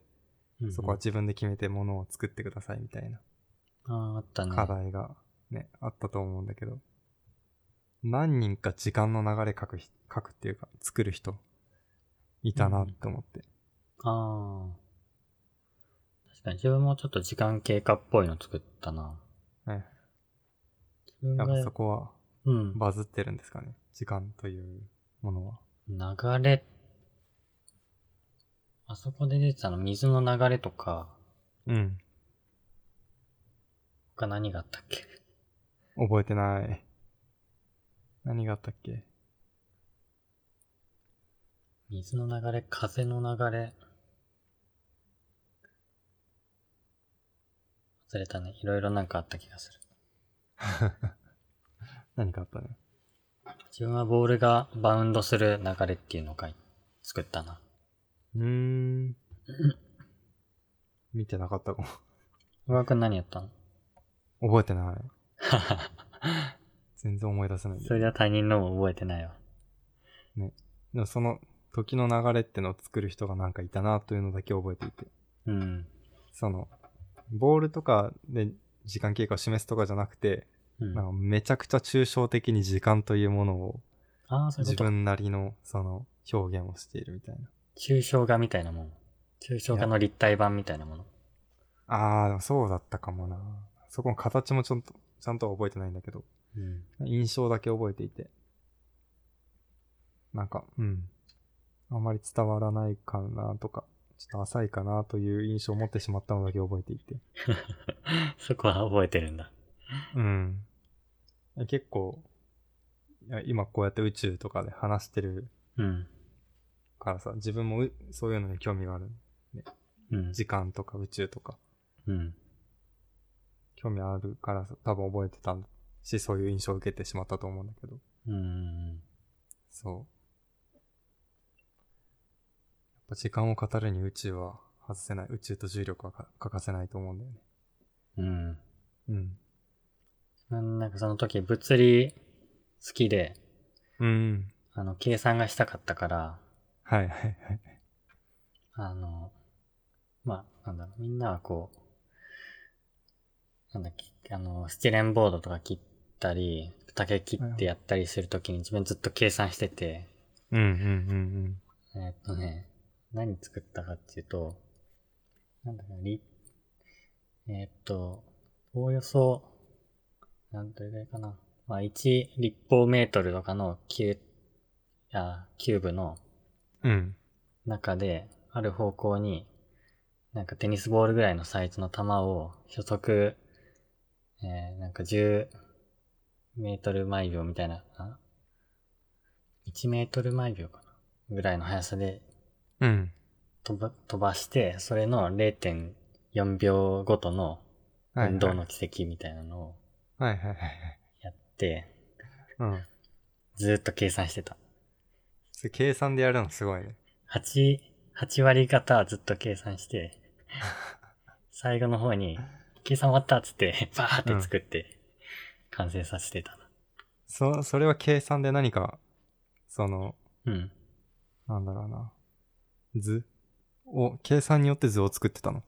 そこは自分で決めてものを作ってくださいみたいなああ、あったね。課題がね、あったと思うんだけど、何人か時間の流れ書く人、書くっていうか、作る人、いたなって思って。ああ。確かに自分もちょっと時間経過っぽいの作ったな。ね自分やっぱがそ、こはうん。バズってるんですかね。時間というものは。流れ、あそこで出てたの水の流れとか、うん。他何があったっけ覚えてない。何があったっけ水の流れ、風の流れ。忘れたね。いろいろなんかあった気がする。何かあったね。自分はボールがバウンドする流れっていうのを書い作ったな。うーん。見てなかったかも。小川くん何やったの 覚えてない。全然思い出せないんだそよれじゃ他人のも覚えてないわ。でもその時の流れってのを作る人がなんかいたなというのだけ覚えていて。うん。その、ボールとかで時間経過を示すとかじゃなくて、うん、なんかめちゃくちゃ抽象的に時間というものをああ、そうい自うこと。分なりのその表現をしているみたいな。抽象画みたいなもの。抽象画の立体版みたいなもの。あー、でもそうだったかもな。そこの形もちょっと、ちゃんとは覚えてないんだけど、うん。印象だけ覚えていて。なんか、うん。あんまり伝わらないかなとか、ちょっと浅いかなという印象を持ってしまったのだけ覚えていて。 そこは覚えてるんだ。うん。結構、いや今こうやって宇宙とかで話してるうん。からさ、自分もうそういうのに興味がある。うん。時間とか宇宙とか、うん。興味あるからさ、多分覚えてたし、そういう印象を受けてしまったと思うんだけど。うん。そう。やっぱ時間を語るに宇宙は外せない。宇宙と重力はか欠かせないと思うんだよね。うん。うん。うん、なんかその時物理好きで、うん。あの、計算がしたかったから、はいはいはい。あの、まあ、なんだろう、みんなはこう、なんだっけ、あの、スチレンボードとか切ったり、竹切ってやったりするときに自分ずっと計算してて、うんうんうんえーっとね、何作ったかっていうと、なんだかり、えーっと、おおよそ、なんていうかな。まあ、1立方メートルとかのキュあキューブのうん。うん。中で、ある方向に、なんかテニスボールぐらいのサイズの球を、初速、えー、なんか10メートル毎秒みたいな、あ ?1 メートル毎秒かなぐらいの速さでうん。飛ば飛ばして、それの0.4秒ごとのはいはい運動の軌跡みたいなのをはいはいはいやって、はい。うん。ずーっと計算してた。それ計算でやるのすごいね。 8、8割方ずっと計 算して、最後の方に、計算終わったっ つって、バーって作って、完成させてたな。そ、それは計算で何か、その、うん。なんだろうな。図を、計算によって図を作ってたの。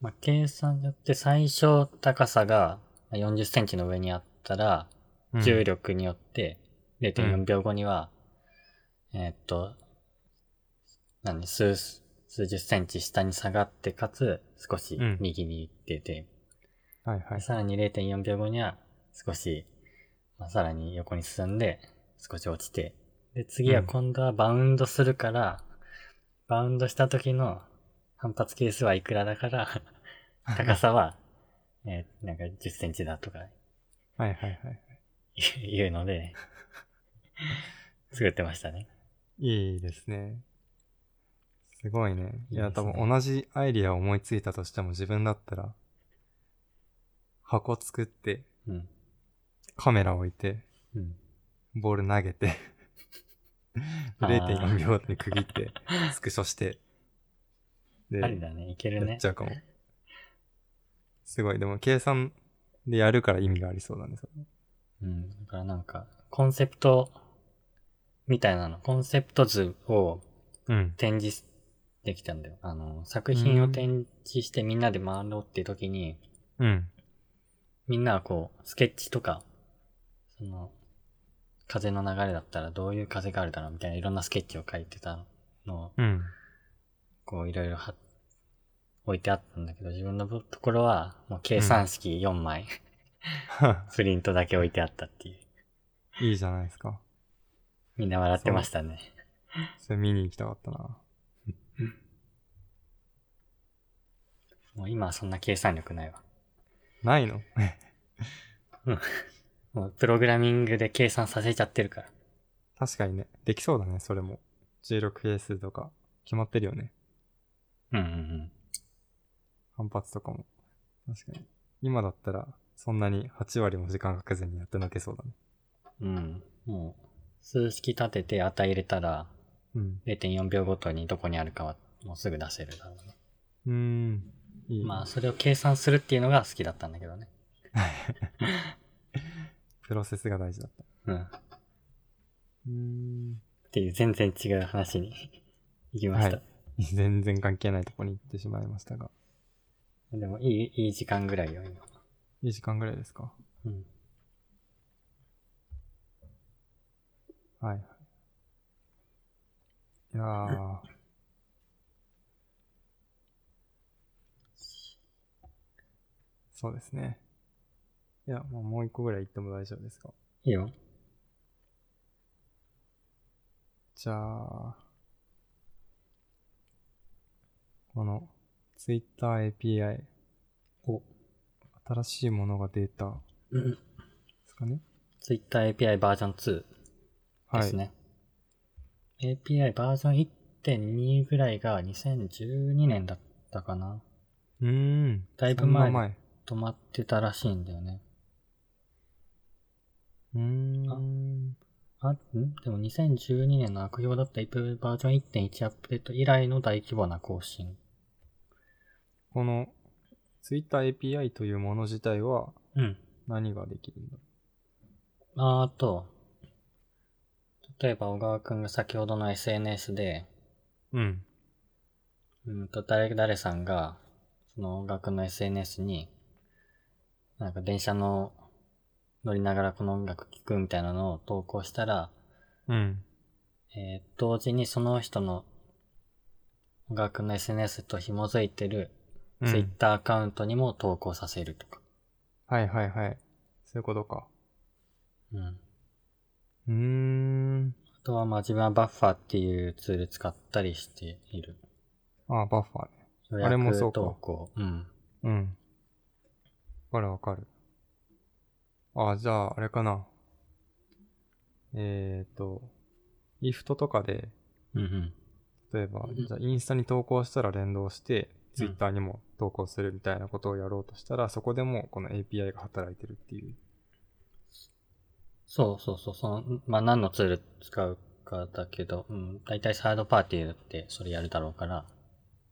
まあ、計算によって最小高さがまあ40センチの上にあったら、うん重力によってうん0.4秒後には、えーっと、何、数、数十センチ下に下がって、かつ少しうん右に行ってて、はいはい。さらに0.4秒後には少し、まあ、さらに横に進んで、少し落ちて、で、次はうん今度はバウンドするから、バウンドした時の反発係数はいくらだから、 高さは、えーなんか10センチだとかはいはいはい。 言うので、作ってましたね。いいですね。すごいね。いいや、いです多ね分同じアイディアを思いついたとしても自分だったら、箱作って、うん。カメラ置いて、うん。ボール投げて、あ ー0.4秒で区切って、スクショして、でありだね。いけるやねっち。ゃうかも。すごい。でも計算でやるから意味がありそうだね。それうん。だからなんか、コンセプトみたいなの、コンセプト図をうん。展示できたんだよ。あの、作品を展示してみんなで回ろうっていう時に、うん。みんなはこう、スケッチとか、その、風の流れだったらどういう風があるだろうみたいないろんなスケッチを書いてたのを、うん。こういろいろは置いてあったんだけど、自分のところはもう計算式4枚、プリントだけ置いてあったっていう。 いいじゃないですか。みんな笑ってましたね。それ見に行きたかったな。もう今はそんな計算力ないわ。ないの もうプログラミングで計算させちゃってるから。確かにね。できそうだね、それも。16係数とか、決まってるよね。うんうんうん。反発とかも。確かに。今だったら、そんなに8割も時間かけずにやってのけそうだね。うん。もう、数式立てて値入れたら、うん。 0.4秒ごとにどこにあるかはもうすぐ出せるだろうね。うーん。いい。まあ、それを計算するっていうのが好きだったんだけどね。プロセスが大事だった。うん。っうーん。ていう全然違う話に 行きました。は 全然関係ないとこに行ってしまいましたが。でも、いい、いい時間ぐらいよ、今。 2時間ぐらいですか。うん。はいはい。いやー。そうですね。いや、まあ、もう一個ぐらい言っても大丈夫ですか。いいよ。じゃあ、この Twitter API お、新しいものが出たでうん。すかね Twitter API バージョン2。はい。ですね。API バージョン1.2ぐらいが2012年だったかな。うーん。だいぶそんな前止まってたらしいんだよね。うーん。あ、んでも2012年の悪評だった API バージョン1.1アップデート以来の大規模な更新。この Twitter API というもの自体はうん。何ができるんだあーと、例えば小川くんが先ほどの SNS で、うん。うんと、誰、誰さんが、その音楽の SNS に、なんか電車の乗りながらこの音楽聴くみたいなのを投稿したら、うん。えー同時にその人の音楽の SNS と紐づいてるうん Twitter アカウントにも投稿させるとか。はいはいはい。そういうことか。うん。あうーん。とはまあ自分はバッファーっていうツール使ったりしている。あバッファーね。予あれもそうか約投稿。うん。うん。わかるわかる。あ、じゃあ、あれかな。えっ、ー、と、リフトとかで、うんうん。例えばう、じんゃあインスタに投稿したら連動して、ツイッターにも投稿するみたいなことをやろうとしたら、そこでもうこの API が働いてるっていう。そうそうそう、その、まあ、何のツール使うかだけど、うん、大体サードパーティーだってそれやるだろうから、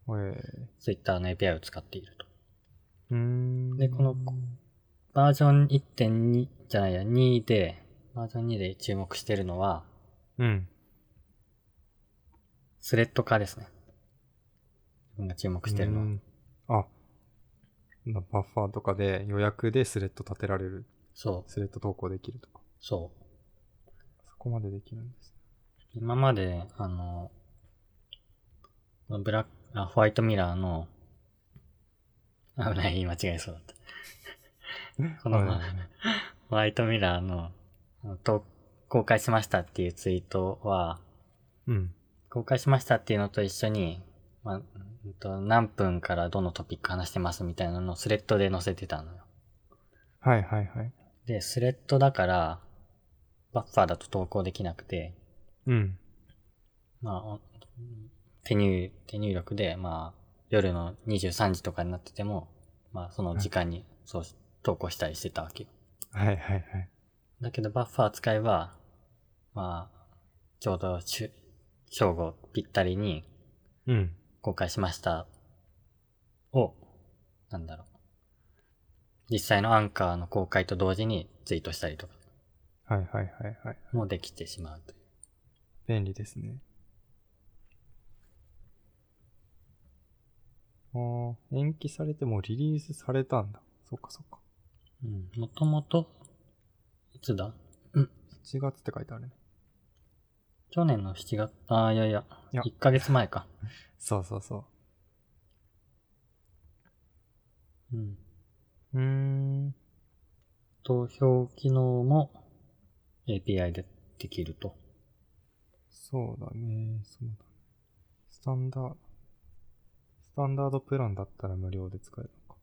えー、 Twitter の API を使っていると。うーん。でこのバージョン1.2じゃないや、2で、バージョン2で注目してるのは、うん。スレッド化ですね。自分が注目してるのうんは。あ、なバッファーとかで予約でスレッド立てられる。そう、スレッド投稿できるとか。そう。そこまでできるんです。今まで、あの、ブラック、あ、ホワイトミラーの、危ない、言い間違えそうだ った。この前、ホワイトミラーの、あのと公開しましたっていうツイートは、うん。公開しましたっていうのと一緒に、まあ、うんと何分からどのトピック話してますみたいなのをスレッドで載せてたのよ。はいはいはい。で、スレッドだから、バッファーだと投稿できなくて、うん。まあ、手入、手入力で、まあ、夜の23時とかになってても、まあ、その時間に、そう、投稿したりしてたわけよ。はいはいはい。だけど、バッファー使えば、まあ、ちょうどしゅ、正午ぴったりにうん。公開しましたを、なんだろう。実際のアンカーの公開と同時にツイートしたりとかはいはいはいはい。もできてしまうという。便利ですね。あー延期されてもうリリースされたんだ。そっかそっか。うん。もともと、いつだ7月って書いてあるね。去年の7月、ああ、いやいや、いや1ヶ月前か。そうそうそうん。う。うーん。投票機能も API でできると。そうだね。そうだね。スタンダード。スタンダードプランだったら無料で使えるのか。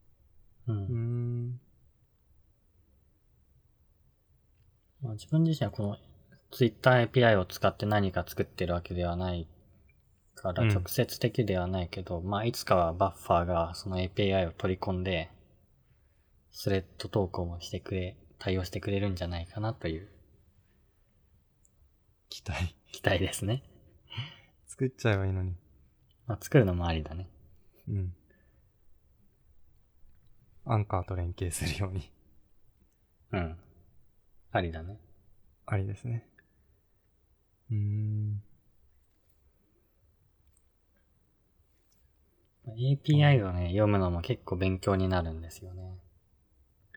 ううーん。ん。まあ、自分自身はこの Twitter API を使って何か作ってるわけではないからうん直接的ではないけど、まあいつかはバッファーがその API を取り込んで、スレッド投稿もしてくれ、対応してくれるんじゃないかなという期待。期待ですね。作っちゃえばいいのに。まあ作るのもありだね。うん。アンカーと連携するように。うん。ありだね。ありですね。うーん。まあ API をね、読むのも結構勉強になるんですよね。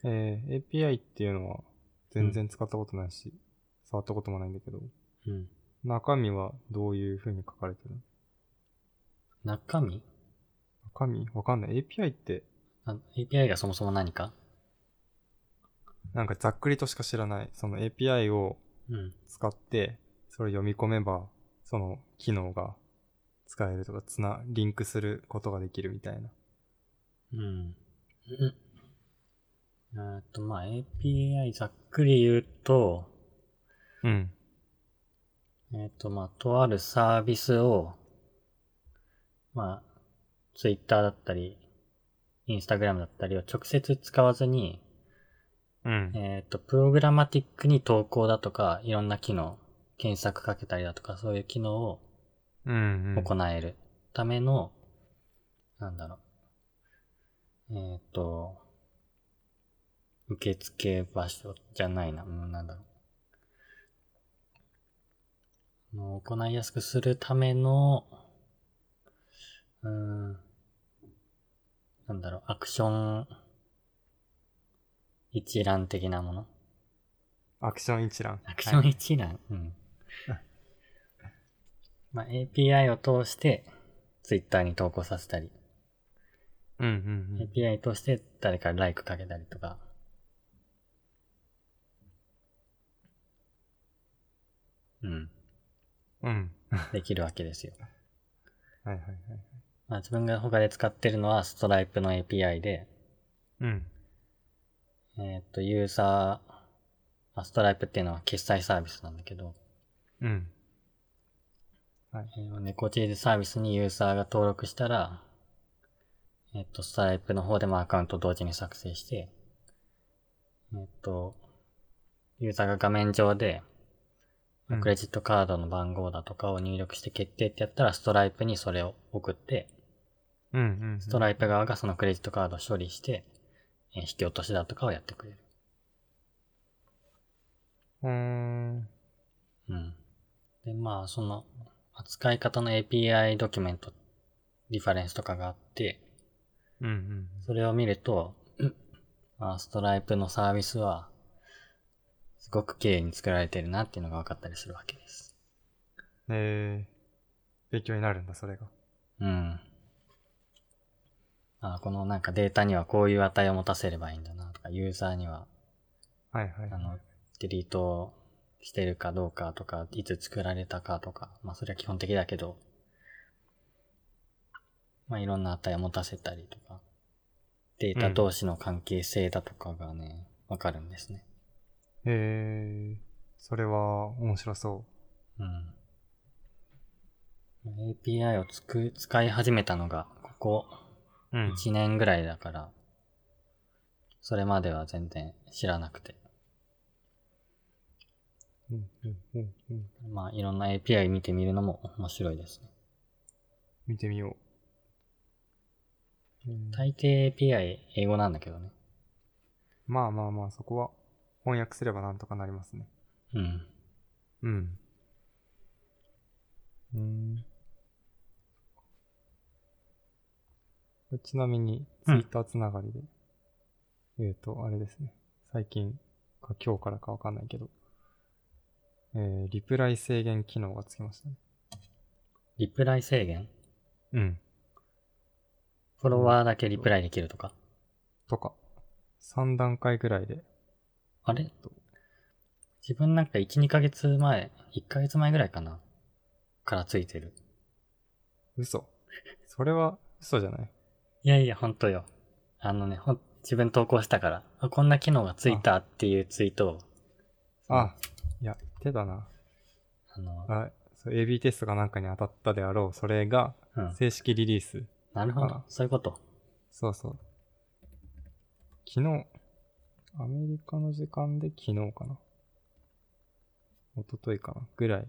えー API っていうのは全然使ったことないし、触ったこともないんだけど、うん。中身はどういう風に書かれてるの中身中身わかんない。API ってあ ?API がそもそも何かなんかざっくりとしか知らない。その API をうん。使って、それを読み込めば、その機能が使えるとか、つな、リンクすることができるみたいな。うん。えーっと、まあ、API ざっくり言うと、うん。えーっと、まあ、とあるサービスを、まあ、Twitter だったり、Instagram だったりを直接使わずに、うん。えーっと、プログラマティックに投稿だとか、いろんな機能、検索かけたりだとか、そういう機能をうん、うん。行えるための、なんだろう。えーっ、と、受付場所じゃないな、うん、なんだろう。もう行いやすくするための、うーん、なんだろう、アクション一覧的なもの。アクション一覧。アクショはンい一覧、うん。 まあ、API を通して、Twitter に投稿させたり、うんうんうん。 API を通して誰か like かけたりとか、うん、うん。できるわけですよ。はいはいはい。まあ、自分が他で使ってるのは Stripe の API で、うん。えーっと、ユーザー、まあ、Stripe っていうのは決済サービスなんだけど、うん。えー猫チーズサービスにユーザーが登録したら、えっと、ストライプの方でもアカウント同時に作成して、えっと、ユーザーが画面上で、うんクレジットカードの番号だとかを入力して決定ってやったら、ストライプにそれを送って、うんうんうん。ストライプ側がそのクレジットカードを処理して、えー引き落としだとかをやってくれる。うーん。うん。で、まあ、その、扱い方の API ドキュメント、リファレンスとかがあって、うんうん。それを見ると、まあ、ストライプのサービスは、すごく綺麗に作られてるなっていうのが分かったりするわけです。えー、勉強になるんだ、それが。うん。あこのなんかデータにはこういう値を持たせればいいんだなとか、ユーザーには、はいはい。あの、デリートしてるかどうかとか、いつ作られたかとか、まあそれは基本的だけど、まあいろんな値を持たせたりとか、データ同士の関係性だとかがね、わ、かるんですね。えー、それは面白そうん。API をつく使い始めたのが、ここう。うん1年ぐらいだから、それまでは全然知らなくて。うんうんうんうん。まあ、いろんな API 見てみるのも面白いですね。見てみよう。うん大抵 API 英語なんだけどね。まあまあまあ、そこは翻訳すればなんとかなりますね。うん。うん。うん。これちなみに、ツイッターつながりで言うと、あれですね。最近か今日からかわかんないけど、えー、リプライ制限機能がつきましたね。リプライ制限うん。フォロワーだけリプライできるとか。とか、3段階ぐらいで、あれ自分なんか1、2ヶ月前、1ヶ月前ぐらいかなからついてる。嘘。それは嘘じゃないいやいや、ほんとよ。あのね、ほん、自分投稿したから、あこんな機能がついたっていうツイートを、あ、いや、手だな。あの、あ、そう、AB テストかなんかに当たったであろう。それが、うん。正式リリース。なるほどあ。そういうこと。そうそう。昨日、アメリカの時間で昨日かな。一昨日かなぐらい。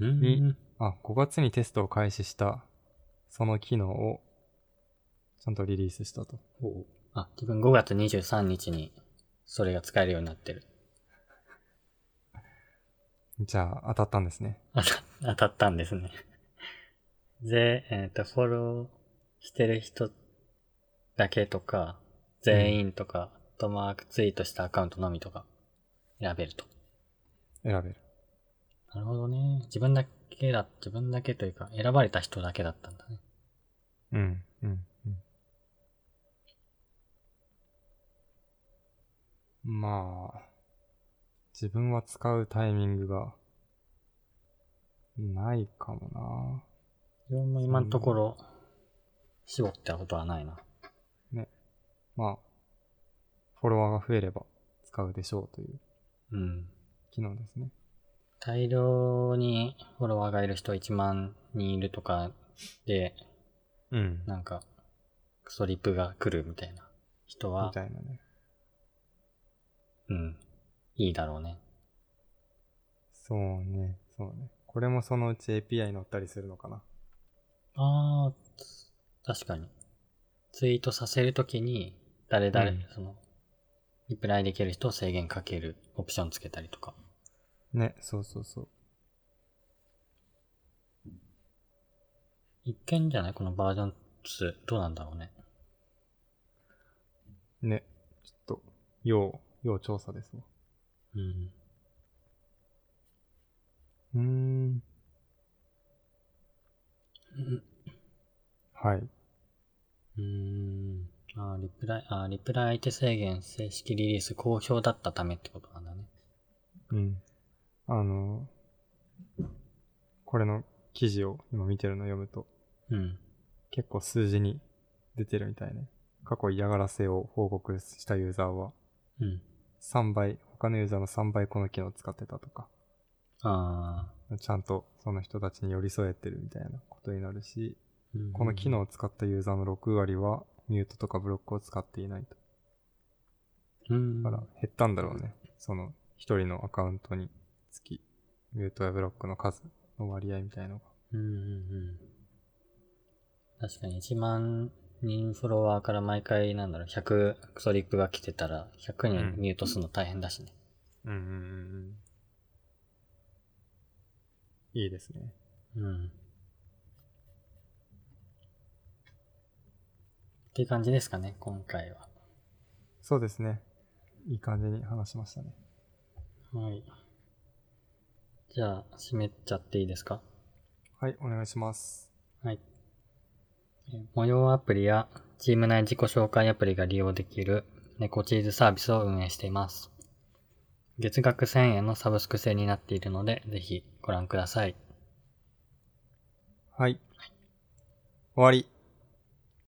うんにあ、5月にテストを開始した、その機能を、ちゃんとリリースしたと。あ、自分5月23日に、それが使えるようになってる。じゃあ、当たったんですね。あた当たったんですね。 で、えっ、と、フォローしてる人だけとか、全員とか、アットマークツイートしたアカウントのみとか、選べると。選べる。なるほどね。自分だけだ、自分だけというか、選ばれた人だけだったんだね。うん、うん、うん。まあ、自分は使うタイミングが、ないかもな。自分も今のところ、絞ったことはないな。まあ、フォロワーが増えれば使うでしょうといううん。機能ですね。大量にフォロワーがいる人1万人いるとかで、うんみなんか、クソリプが来るみたいな人は、たいなね。うん。いいだろうね。そうね、そうね。これもそのうち API に載ったりするのかな。ああ、確かに。ツイートさせるときに、誰々、うんその、リプライできる人を制限かけるオプションつけたりとか。ね、そうそうそう。一見じゃないこのバージョン2。どうなんだろうね。ね、ちょっと、要、要調査ですわ。うん。うーん。はい。うーん。あーリプライ、あーリプライ相手制限正式リリース好評だったためってことなんだね。うん。あの、これの記事を今見てるの読むと、うん。結構数字に出てるみたいね。過去嫌がらせを報告したユーザーは、うん。 3倍、他のユーザーの3倍この機能を使ってたとか、ああ。ちゃんとその人たちに寄り添えてるみたいなことになるし、うんこの機能を使ったユーザーの6割は、ミュートとかブロックを使っていないと。うん。だから減ったんだろうね。その一人のアカウントにつき、ミュートやブロックの数の割合みたいのが。うんうんうん。確かに1万人フォロワーから毎回なんだろう、100クソリップが来てたら、100人うんミュートするの大変だしね。うんうんうんうん。いいですね。うん。っていう感じですかね、今回は。そうですね。いい感じに話しましたね。はい。じゃあ、締めちゃっていいですかはい、お願いします。はい。えー模様アプリやチーム内自己紹介アプリが利用できる猫チーズサービスを運営しています。月額1000円のサブスク制になっているので、ぜひご覧ください。はい。終わり。